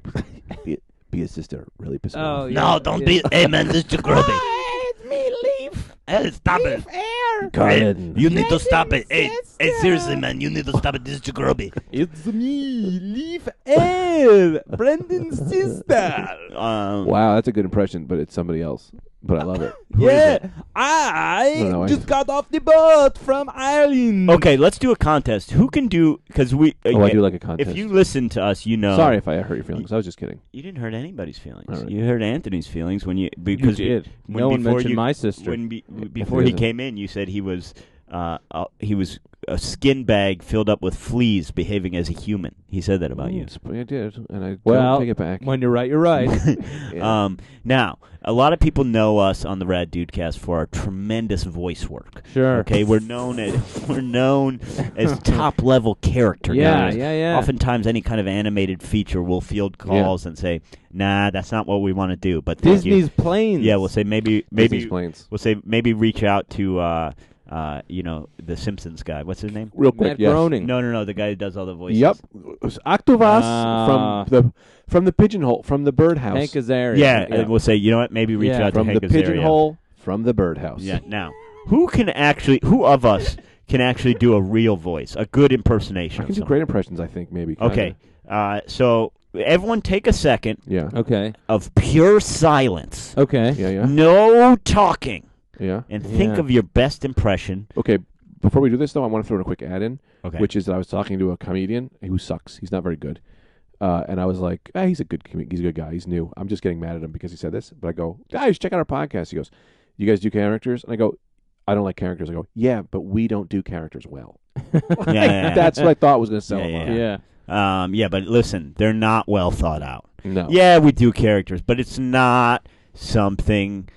D: Be, be his sister. Really piss me
B: Oh,
D: off.
B: yeah, yeah.
C: Hey, man, this is Jagrobi.
E: It's me, leaf,
C: Hey, stop it.
E: leaf air.
D: Colin.
C: need to stop it.
E: Hey, hey, seriously,
C: man, you need to stop it. This is Jagrobi.
B: It's me, Leaf L, Brendan's sister.
C: Um,
D: wow, that's a good impression, but it's somebody else. But I love it.
B: yeah,
D: I don't know,
B: I
D: I-
B: just got off the boat from Ireland.
C: Okay, let's do a contest. Who can do? Because we.
D: Oh, I do like a contest.
C: If you listen to us, you know.
D: Sorry if I hurt your feelings. I was just kidding.
C: you didn't hurt anybody's feelings.
D: All right.
C: You hurt Anthony's feelings when you because
B: You did.
C: when
B: no one
C: before
B: mentioned
C: you-
B: my sister.
C: when be, before he
D: doesn't.
C: came in, you said he was uh, uh, he was a skin bag filled up with fleas, behaving as a human. He said that about you.
D: Mm, sp- I did, and I
B: Well,
D: don't take it back.
B: when you're right, you're right.
D: Yeah.
C: Um, now, a lot of people know us on the Rad Dudecast for our tremendous voice work.
B: sure.
C: Okay, we're known as we're known as top level character.
B: Yeah,
C: guys.
B: yeah, yeah.
C: Oftentimes, any kind of animated feature will field calls and say, "Nah, that's not what we want to do." But thank you.
B: Disney's planes.
C: yeah, we'll say maybe,
D: Disney
C: maybe
D: explains.
C: we'll say maybe reach out to, uh, uh, you know, the Simpsons guy. What's his name?
D: Real quick,
B: Matt
D: yes.
B: Groening.
C: No, no, no, the guy who does all the voices.
D: Yep, It was Octavas
B: Ah.
D: from the from the pigeonhole from the birdhouse.
B: Hank Azaria.
C: Yeah, and we'll say, you know what? Maybe reach
B: Yeah.
C: out
D: from
C: to
D: the
C: Hank Azaria.
D: pigeonhole from the birdhouse.
C: Yeah. Now, who can actually? Who of us can actually do a real voice, a good impersonation?
D: I
C: of
D: can do
C: someone?
D: great impressions. I think maybe. kinda.
C: Okay. Uh, so everyone, take a second
D: Yeah.
B: Okay.
C: of pure silence,
B: Okay.
D: Yeah. Yeah.
C: no talking,
D: Yeah.
C: and think
B: Yeah.
C: of your best impression.
D: Okay. Before we do this, though, I want to throw in a quick ad in,
C: Okay.
D: which is that I was talking to a comedian who sucks. He's not very good. Uh, and I was like, ah, he's a good com- he's a good guy. He's new. I'm just getting mad at him because he said this. But I go, guys, check out our podcast. He goes, you guys do characters? And I go, I don't like characters. I go, yeah, but we don't do characters well.
C: yeah, yeah, yeah.
D: That's what I thought was going to sell
C: Yeah,
D: him
C: yeah,
D: on.
B: Yeah.
C: Um, yeah, but listen, they're not
D: Oh.
C: well thought out.
D: No.
C: Yeah, we do characters, but it's not something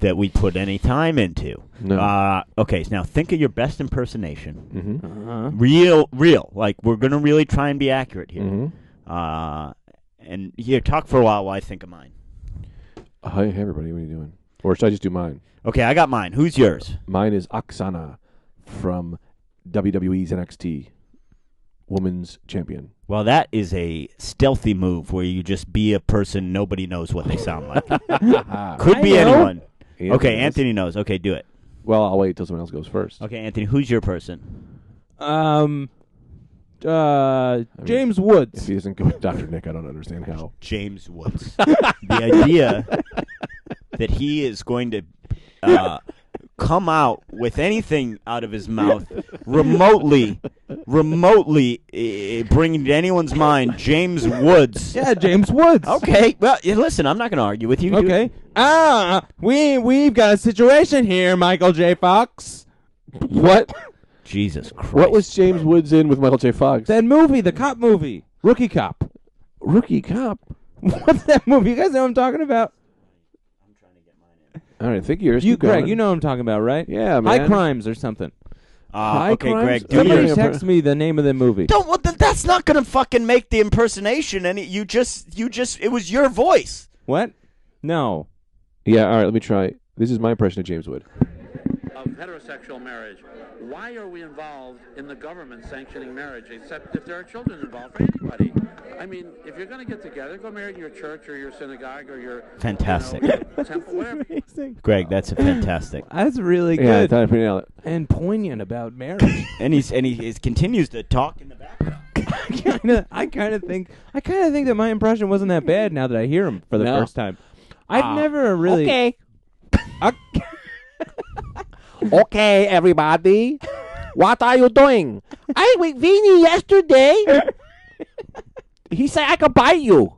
C: that we put any time into.
D: No.
C: Uh, okay, so now think of your best impersonation.
D: hmm
B: Uh-huh.
C: Real, real. Like we're gonna really try and be accurate here.
D: hmm
C: Uh, and here, talk for a while while I think of mine.
D: Hi, hey, everybody. What are you doing? Or should I just do mine?
C: Okay, I got mine. Who's yours?
D: Mine is Oksana from WWE's NXT Women's Champion.
C: Well, that is a stealthy move where you just be a person nobody knows what they sound like. Could
E: I
C: be
E: know.
C: anyone.
D: Anthony
C: Okay,
D: is-
C: Anthony knows. Okay, do it.
D: Well, I'll wait till someone else goes first.
C: Okay, Anthony, who's your person?
B: Um. Uh, James Woods.
D: If he doesn't go with Dr. Nick, I don't understand how.
C: James Woods. the idea that he is going to uh, come out with anything out of his mouth remotely, remotely eh, bringing to anyone's mind James Woods.
B: yeah, James Woods.
C: Okay, well, yeah, listen, I'm not going to argue with you. You-
B: Okay. Ah, we we've got a situation here, Michael J. Fox.
D: What?
C: Jesus Christ.
D: What was James Woods in with Michael J. Fox?
B: That movie, the cop movie, Rookie Cop.
D: rookie cop.
B: What's that movie? You guys know what I'm talking about.
D: All right, think yours.
B: You,
D: Keep going.
B: Greg, you know what I'm talking about, right?
D: Yeah, man.
B: High crimes or something.
C: Uh, okay,
D: crimes?
C: Greg, do
D: Somebody
C: you-
B: Somebody
D: Yeah.
B: text me the name of the movie.
C: Don't. Well, th- that's not gonna fucking make the impersonation. And you just, you just, it was your voice.
B: What? No.
D: Yeah. All right. Let me try. This is my impression of James Wood.
A: of heterosexual marriage. Why are we involved in the government sanctioning marriage, except if there are children involved for anybody? I mean, if you're going to get together, go marry in your church or your synagogue or your you know,
C: Fantastic.
A: your temple, whatever.
C: Greg, that's a fantastic.
B: That's really
D: Yeah, I
B: good
D: thought I pretty nailed it.
B: and poignant about marriage.
C: And he's and he is, continues to talk in the background.
B: kinda, I kind of think I kind of think that my impression wasn't that bad now that I hear him for the
D: No.
B: first time. I've never really
E: Okay.
B: Ok-
E: Okay, everybody. What are you doing? I with Vinny yesterday. he said I could buy you.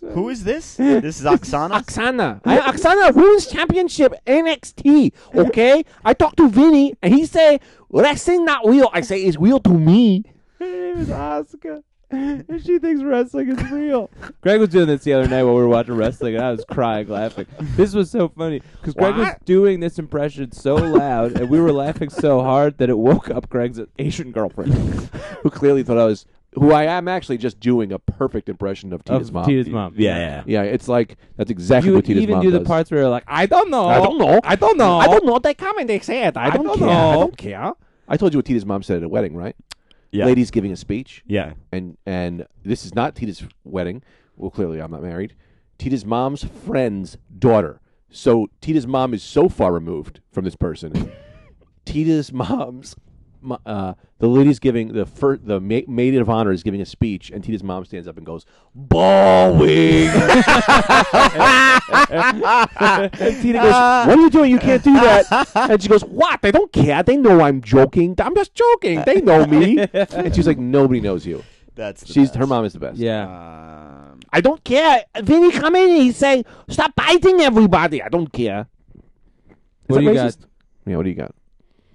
C: Who is this? This is Oksana.
E: Oksana. I, Oksana Women's Championship NXT. Okay? I talked to Vinny and he say wrestling not real. I say it's real to me.
B: Her name is Asuka. And she thinks wrestling is real. Greg was doing this the other night while we were watching wrestling, and I was crying laughing. This was so funny because Greg was
E: What?
B: doing this impression so loud, and we were laughing so hard that it woke up Greg's Asian girlfriend
D: Who clearly thought I was. Who I am actually just doing a perfect impression of Tita's
B: of
D: mom.
B: Tita's mom.
C: Yeah,
D: Yeah, it's like that's exactly
B: You
D: what
B: would
D: Tita's
B: even
D: mom
B: do
D: does.
B: the parts where you're like, I don't know,
D: I don't know.
B: I don't know,
E: I don't know. They come and they say it. I don't,
B: don't
E: care. I
B: know.
E: don't care.
D: I told you what Tita's mom said at a wedding, right?
C: yeah,
D: Ladies giving a speech,
C: Yeah.
D: and and this is not Tita's wedding. Well, clearly I'm not married. Tita's mom's friend's daughter. So Tita's mom is so far removed from this person. Tita's mom's, mo- uh, the lady's giving the fir- the ma- maid of honor is giving a speech, and Tita's mom stands up and goes, "Bowing."
B: And Tina goes,
E: what are you doing? You can't do that. and she goes, What? They don't care. They know I'm joking. I'm just joking. They know me.
D: and she's like, "Nobody knows you."
C: that's the
D: She's
C: best.
D: her mom is the best.
B: yeah.
C: Um,
E: I don't care. Vinny come in and he say, Stop biting everybody. I don't care.
B: what do
D: that
B: you
D: racist?
B: got?
D: Yeah. What do you got?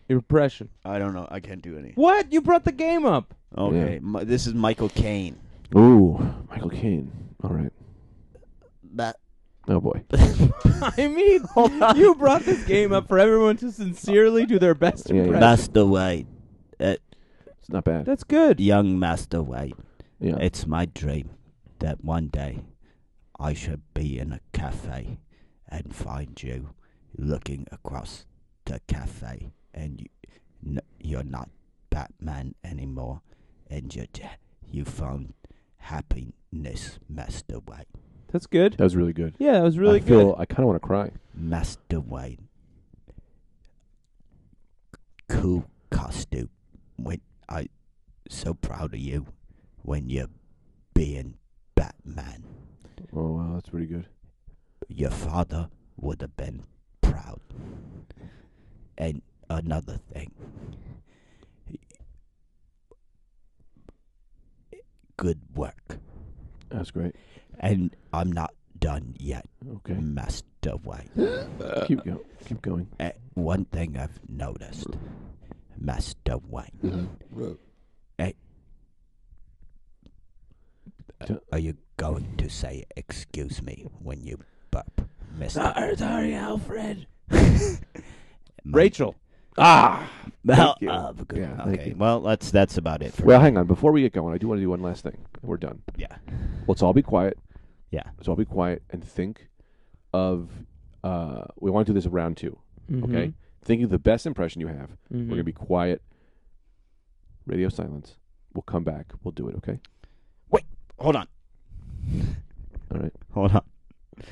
B: Impression.
C: I don't know. I can't do any.
B: What? You brought the game up.
C: Okay,
D: Yeah.
C: Mi- this is Michael Caine.
D: Ooh, Michael Caine. All right.
C: That
D: Oh boy.
B: I mean, you brought this game up for everyone to sincerely do their best
D: Yeah, yeah.
B: impression.
C: Master White, uh,
D: It's not bad.
B: That's good.
C: young Master White.
D: Yeah.
C: It's my dream that one day I should be in a cafe and find you looking across the cafe and you, n- you're not Batman anymore and you you found happiness, Master Wayne.
B: That's good.
D: That was really good.
B: Yeah, that was really
D: I feel
B: good.
D: I kind of want to cry.
C: Master Wayne. Cool costume. When I so proud of you when you're being Batman.
D: Oh wow, that's pretty good.
C: your father would have been proud. And another thing. Good work.
D: That's great.
C: And I'm not done yet,
D: Okay.
C: Master White.
E: Uh,
D: keep going. Keep going.
C: Uh, one thing I've noticed, Master White. Uh,
D: Don't-
C: Eh, are you going to say excuse me when you burp, missed it.
B: Sorry, sorry, Alfred.
C: Rachel.
D: Ah.
C: Well,
D: you.
C: uh, good.
D: Yeah, thank
C: okay. Well, that's that's about it. For
D: Well, hang on. Before we get going, I do want to do one last thing. and We're done.
C: yeah,
D: Let's all be quiet.
C: yeah.
D: Let's all be quiet and think of. Uh, we want to do this round 2
B: Mm-hmm.
D: Okay.
E: Mm-hmm.
D: Think of the best impression you have. We're gonna be quiet. Radio silence. We'll come back. We'll do it. Okay.
C: Hold on,
D: All right.
C: hold on,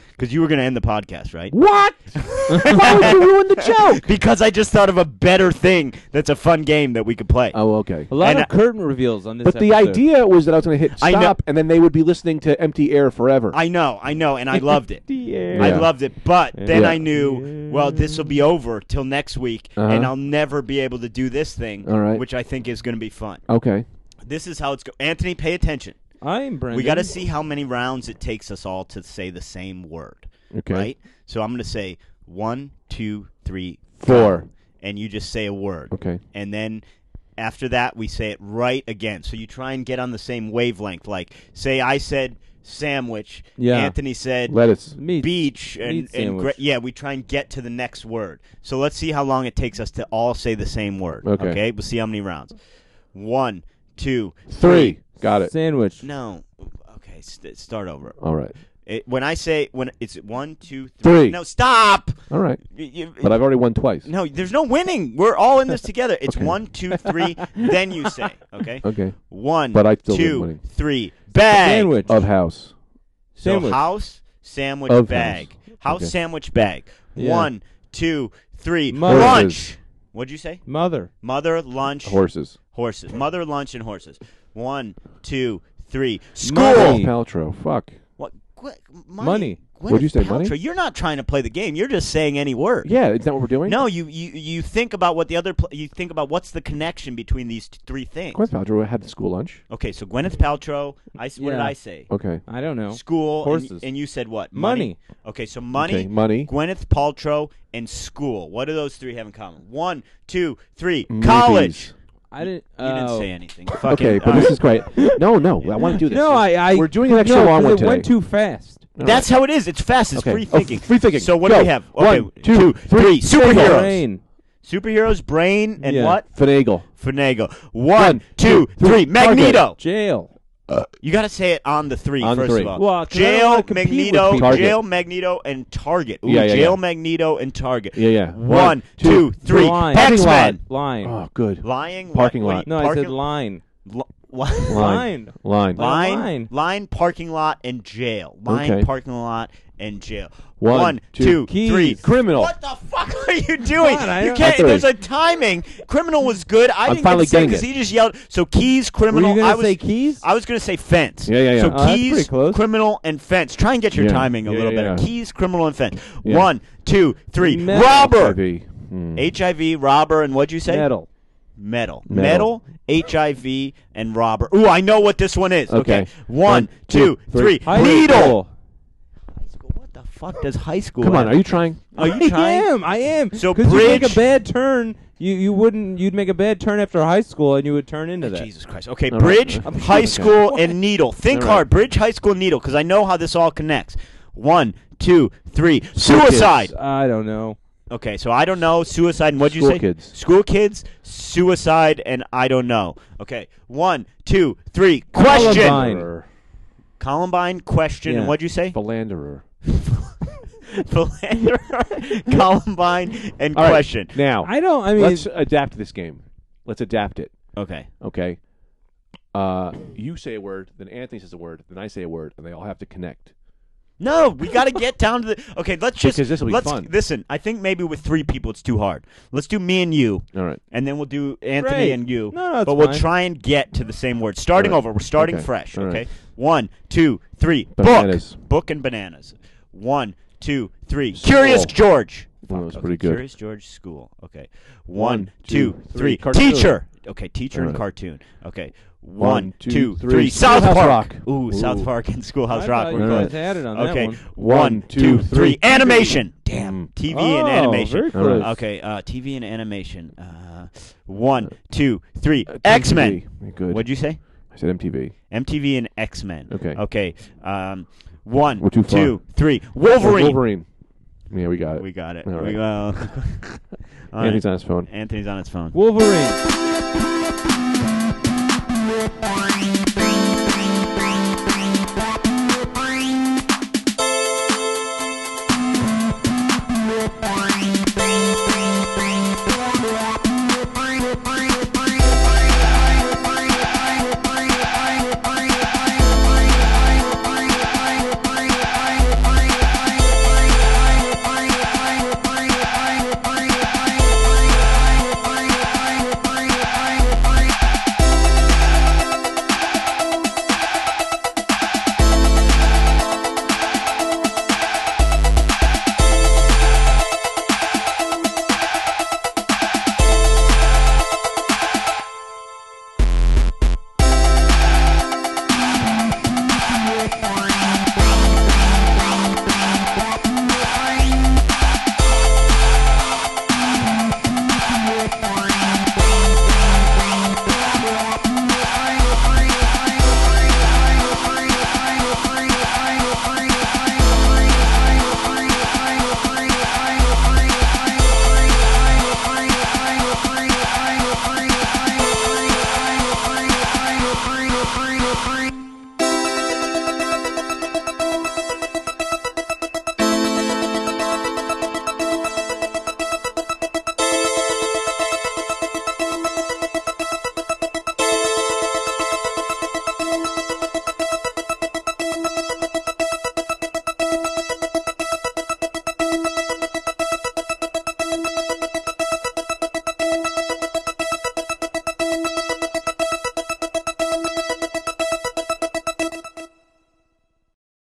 C: because you were gonna end the podcast, right?
E: What? Why would you ruin the joke?
C: Because I just thought of a better thing. That's a fun game that we could play.
D: Oh, okay.
B: A lot
C: And
B: of
C: I-
B: curtain reveals on this.
D: But the
B: episode.
D: idea was that I was going to hit
C: I know-
D: stop, and then they would be listening to empty air forever.
C: I know, I know, and I loved it. I
D: Yeah.
C: loved it, but then
D: Yeah.
C: I knew, well, this will be over till next week,
D: Uh-huh.
C: and I'll never be able to do this thing,
D: All right.
C: which I think is going to be fun.
D: okay.
C: This is how it's going. Anthony, pay attention.
B: I'm Brendan.
C: We got to see how many rounds it takes us all to say the same word,
D: Okay.
C: right? So I'm going to say one, two, three,
D: Four.
C: go, and you just say a word,
D: Okay.
C: and then after that we say it right again. So you try and get on the same wavelength. Like, say I said sandwich,
B: Yeah.
C: Anthony said
D: Lettuce.
B: me.
C: beach and,
B: meat
C: and gra-
B: sandwich.
C: yeah, we try and get to the next word. So let's see how long it takes us to all say the same word.
D: Okay.
C: We'll see how many rounds. One, two,
D: Three. Got it.
B: Sandwich.
C: no. Okay, st- start over.
D: All right.
C: It, when I say when it's one, two, three.
D: Three.
C: No, stop.
D: All right.
C: You- you-
D: But I've already won twice.
C: no, there's no winning. We're all in this together. It's
D: Okay.
C: one, two, three. then you say, okay,
D: Okay.
C: one,
D: But I still didn't
C: two,
D: win.
C: three, bag.
B: Sandwich.
D: Of house.
C: So
B: Sandwich.
C: house, sandwich,
D: Of
C: bag. House,
D: Okay.
C: sandwich, bag.
B: Yeah.
C: One, two, three.
B: Mother.
C: Lunch. What'd you say?
B: Mother.
C: Mother, lunch,
D: Horses.
C: horses. Mother, lunch, and horses. One, two, three. School.
B: Money.
D: Gwyneth Paltrow. Fuck.
C: What? Gwe- money.
B: Money.
D: What'd you
C: Gwyneth
D: say, money?
C: Paltrow. You're not trying to play the game. You're just saying any word.
D: Yeah, is that what we're doing?
C: No, you, you you think about what the other pl- you think about what's the connection between these t- three things.
D: Gwyneth Paltrow had the school lunch.
C: Okay, so Gwyneth Paltrow. I s- what did
B: Yeah.
C: I say?
D: Okay.
B: I don't know.
C: School. and-
B: Horses.
C: And, you said what?
B: Money.
C: Okay, so money.
D: Okay, money.
C: Gwyneth Paltrow and school. What do those three have in common? One, two, three. College.
B: I didn't.
C: You didn't
B: oh.
C: say anything.
D: Okay,
C: Fucking-
D: but this is great. No, no, I want to do this.
B: No, I, I.
D: We're doing an extra
B: no,
D: long
B: 'cause
D: one
B: it
D: today.
B: went too fast.
D: All
C: That's how it is. It's fast. It's
D: Okay.
C: free
D: Oh,
C: thinking.
D: free thinking.
C: So what
D: Go.
C: do we have? Okay,
D: One, two, three.
C: Superheroes.
B: Brain.
C: Superheroes, brain, and
B: Yeah.
C: what?
D: Finagle.
C: Finagle.
D: One,
C: One, two,
D: two,
C: three.
D: three.
C: Magneto.
B: Jail.
C: You got to say it on the three first
D: On three.
C: of all.
B: Well, 'cause I don't wanna
C: jail,
B: compete with
C: Magneto,
B: people.
C: jail, Magneto, and Target. Ooh,
D: Yeah, yeah,
C: jail,
D: yeah.
C: Magneto, and Target.
D: Yeah, yeah.
C: One, two, three.
B: Line.
C: X-Men.
B: Line.
D: Oh, good.
C: Lying.
D: Parking
C: what-
D: lot.
C: wait,
B: no, I
C: parking,
B: said line.
C: li- what?
D: Line. Line.
B: Line.
C: Line, line,
B: Line.
C: parking lot, and jail. Line,
D: Okay.
C: parking lot, and jail.
D: One,
C: One, two,
D: two,
C: three.
B: keys.
D: Criminal.
C: What the fuck are you doing?
B: God, I
C: you
B: don't-
C: can't.
D: Three.
C: There's a timing. Criminal was good. I
D: I'm
C: didn't
D: finally
C: get sick
D: getting
C: because
D: it.
C: he just yelled. So keys,
B: Were
C: criminal.
B: you gonna
C: I was,
B: say keys?
C: I was gonna say fence.
D: Yeah, yeah, yeah.
C: So
D: Oh,
B: that's
C: keys,
B: pretty close.
C: criminal, and fence. Try and get your
D: Yeah.
C: timing a
D: Yeah,
C: little
D: yeah,
C: better.
D: yeah.
C: Keys, criminal, and fence.
D: Yeah.
C: One, two, three.
B: Metal.
C: Robber.
D: HIV. Hmm.
C: HIV, robber, and what'd you say?
B: Metal.
C: Metal.
D: Metal.
C: Metal, HIV, and robber. Ooh, I know what this one is.
D: Okay.
C: Okay. One, two, three.
B: High
C: Needle.
B: school.
C: High school. What the fuck does high school
D: Come on,
C: have?
D: are you trying?
C: Are you trying?
B: I am. I am.
C: So
B: 'Cause you make
C: bridge-
B: a bad turn. You you wouldn't. You'd make a bad turn after high school, and you would turn into that.
C: Oh, Jesus Christ. Okay,
D: All right.
C: bridge,
D: I'm
C: high
D: okay.
C: school, and needle. Think
D: All right.
C: hard. Bridge, high school, needle, because I know how this all connects. One, two, three. Suicide.
B: I don't know.
C: Okay, so I don't know. Suicide and what'd you
D: School
C: say?
D: kids.
C: School kids, suicide, and I don't know. Okay, one, two, three. Question.
B: Columbine.
C: Columbine, question, and
B: Yeah.
C: what'd you say?
D: Philanderer.
C: Philanderer, Columbine, and
D: All right,
C: question.
D: Now,
B: I don't. I mean,
D: let's adapt this game. Let's adapt it.
C: Okay.
D: Okay. Uh, you say a word, then Anthony says a word, then I say a word, and they all have to connect.
C: No, we got to get down to the. Okay, let's just.
D: Because this'll be
C: let's,
D: fun.
C: Listen, I think maybe with three people it's too hard. Let's do me and you,
D: All right.
C: and then we'll do Anthony
B: Great.
C: and you.
B: No, no, it's
C: but we'll
B: fine.
C: try and get to the same word. Starting
D: All right.
C: over, we're starting
D: Okay.
C: fresh.
D: All
C: Okay.
D: right.
C: One, two, three.
D: Bananas.
C: Book. Book and bananas. One, two, three. Curious George.
D: Well, that was pretty good.
C: Curious George School. Okay. One,
D: One,
C: two,
D: two,
C: three.
D: three. Cartoon.
C: Teacher. Okay, teacher and
D: Alright.
C: cartoon. Okay. One,
D: One,
C: two, three.
D: two, three.
C: South
D: Schoolhouse
C: Park.
D: Rock.
C: Ooh, South
D: Ooh.
C: Park and Schoolhouse
B: I
C: Rock.
B: thought
C: We're
B: you
D: All
C: close.
B: guys had it on that
C: okay.
B: one.
C: One, two, three. Animation. Damn. TV
B: Oh,
C: and animation.
B: very
D: All right.
B: close.
C: Okay, uh, TV and animation. Uh, one, two, three. X Men.
D: MTV. Good.
C: What'd you say?
D: I said MTV.
C: MTV and X Men.
D: Okay.
C: Okay. Um, one,
D: We're too far. Oh,
C: two, three. Wolverine.
D: Wolverine. Yeah, we got it.
C: We got it.
D: All
C: We
D: right.
C: got. All right.
D: Anthony's on his phone.
C: Anthony's on his phone.
B: Wolverine.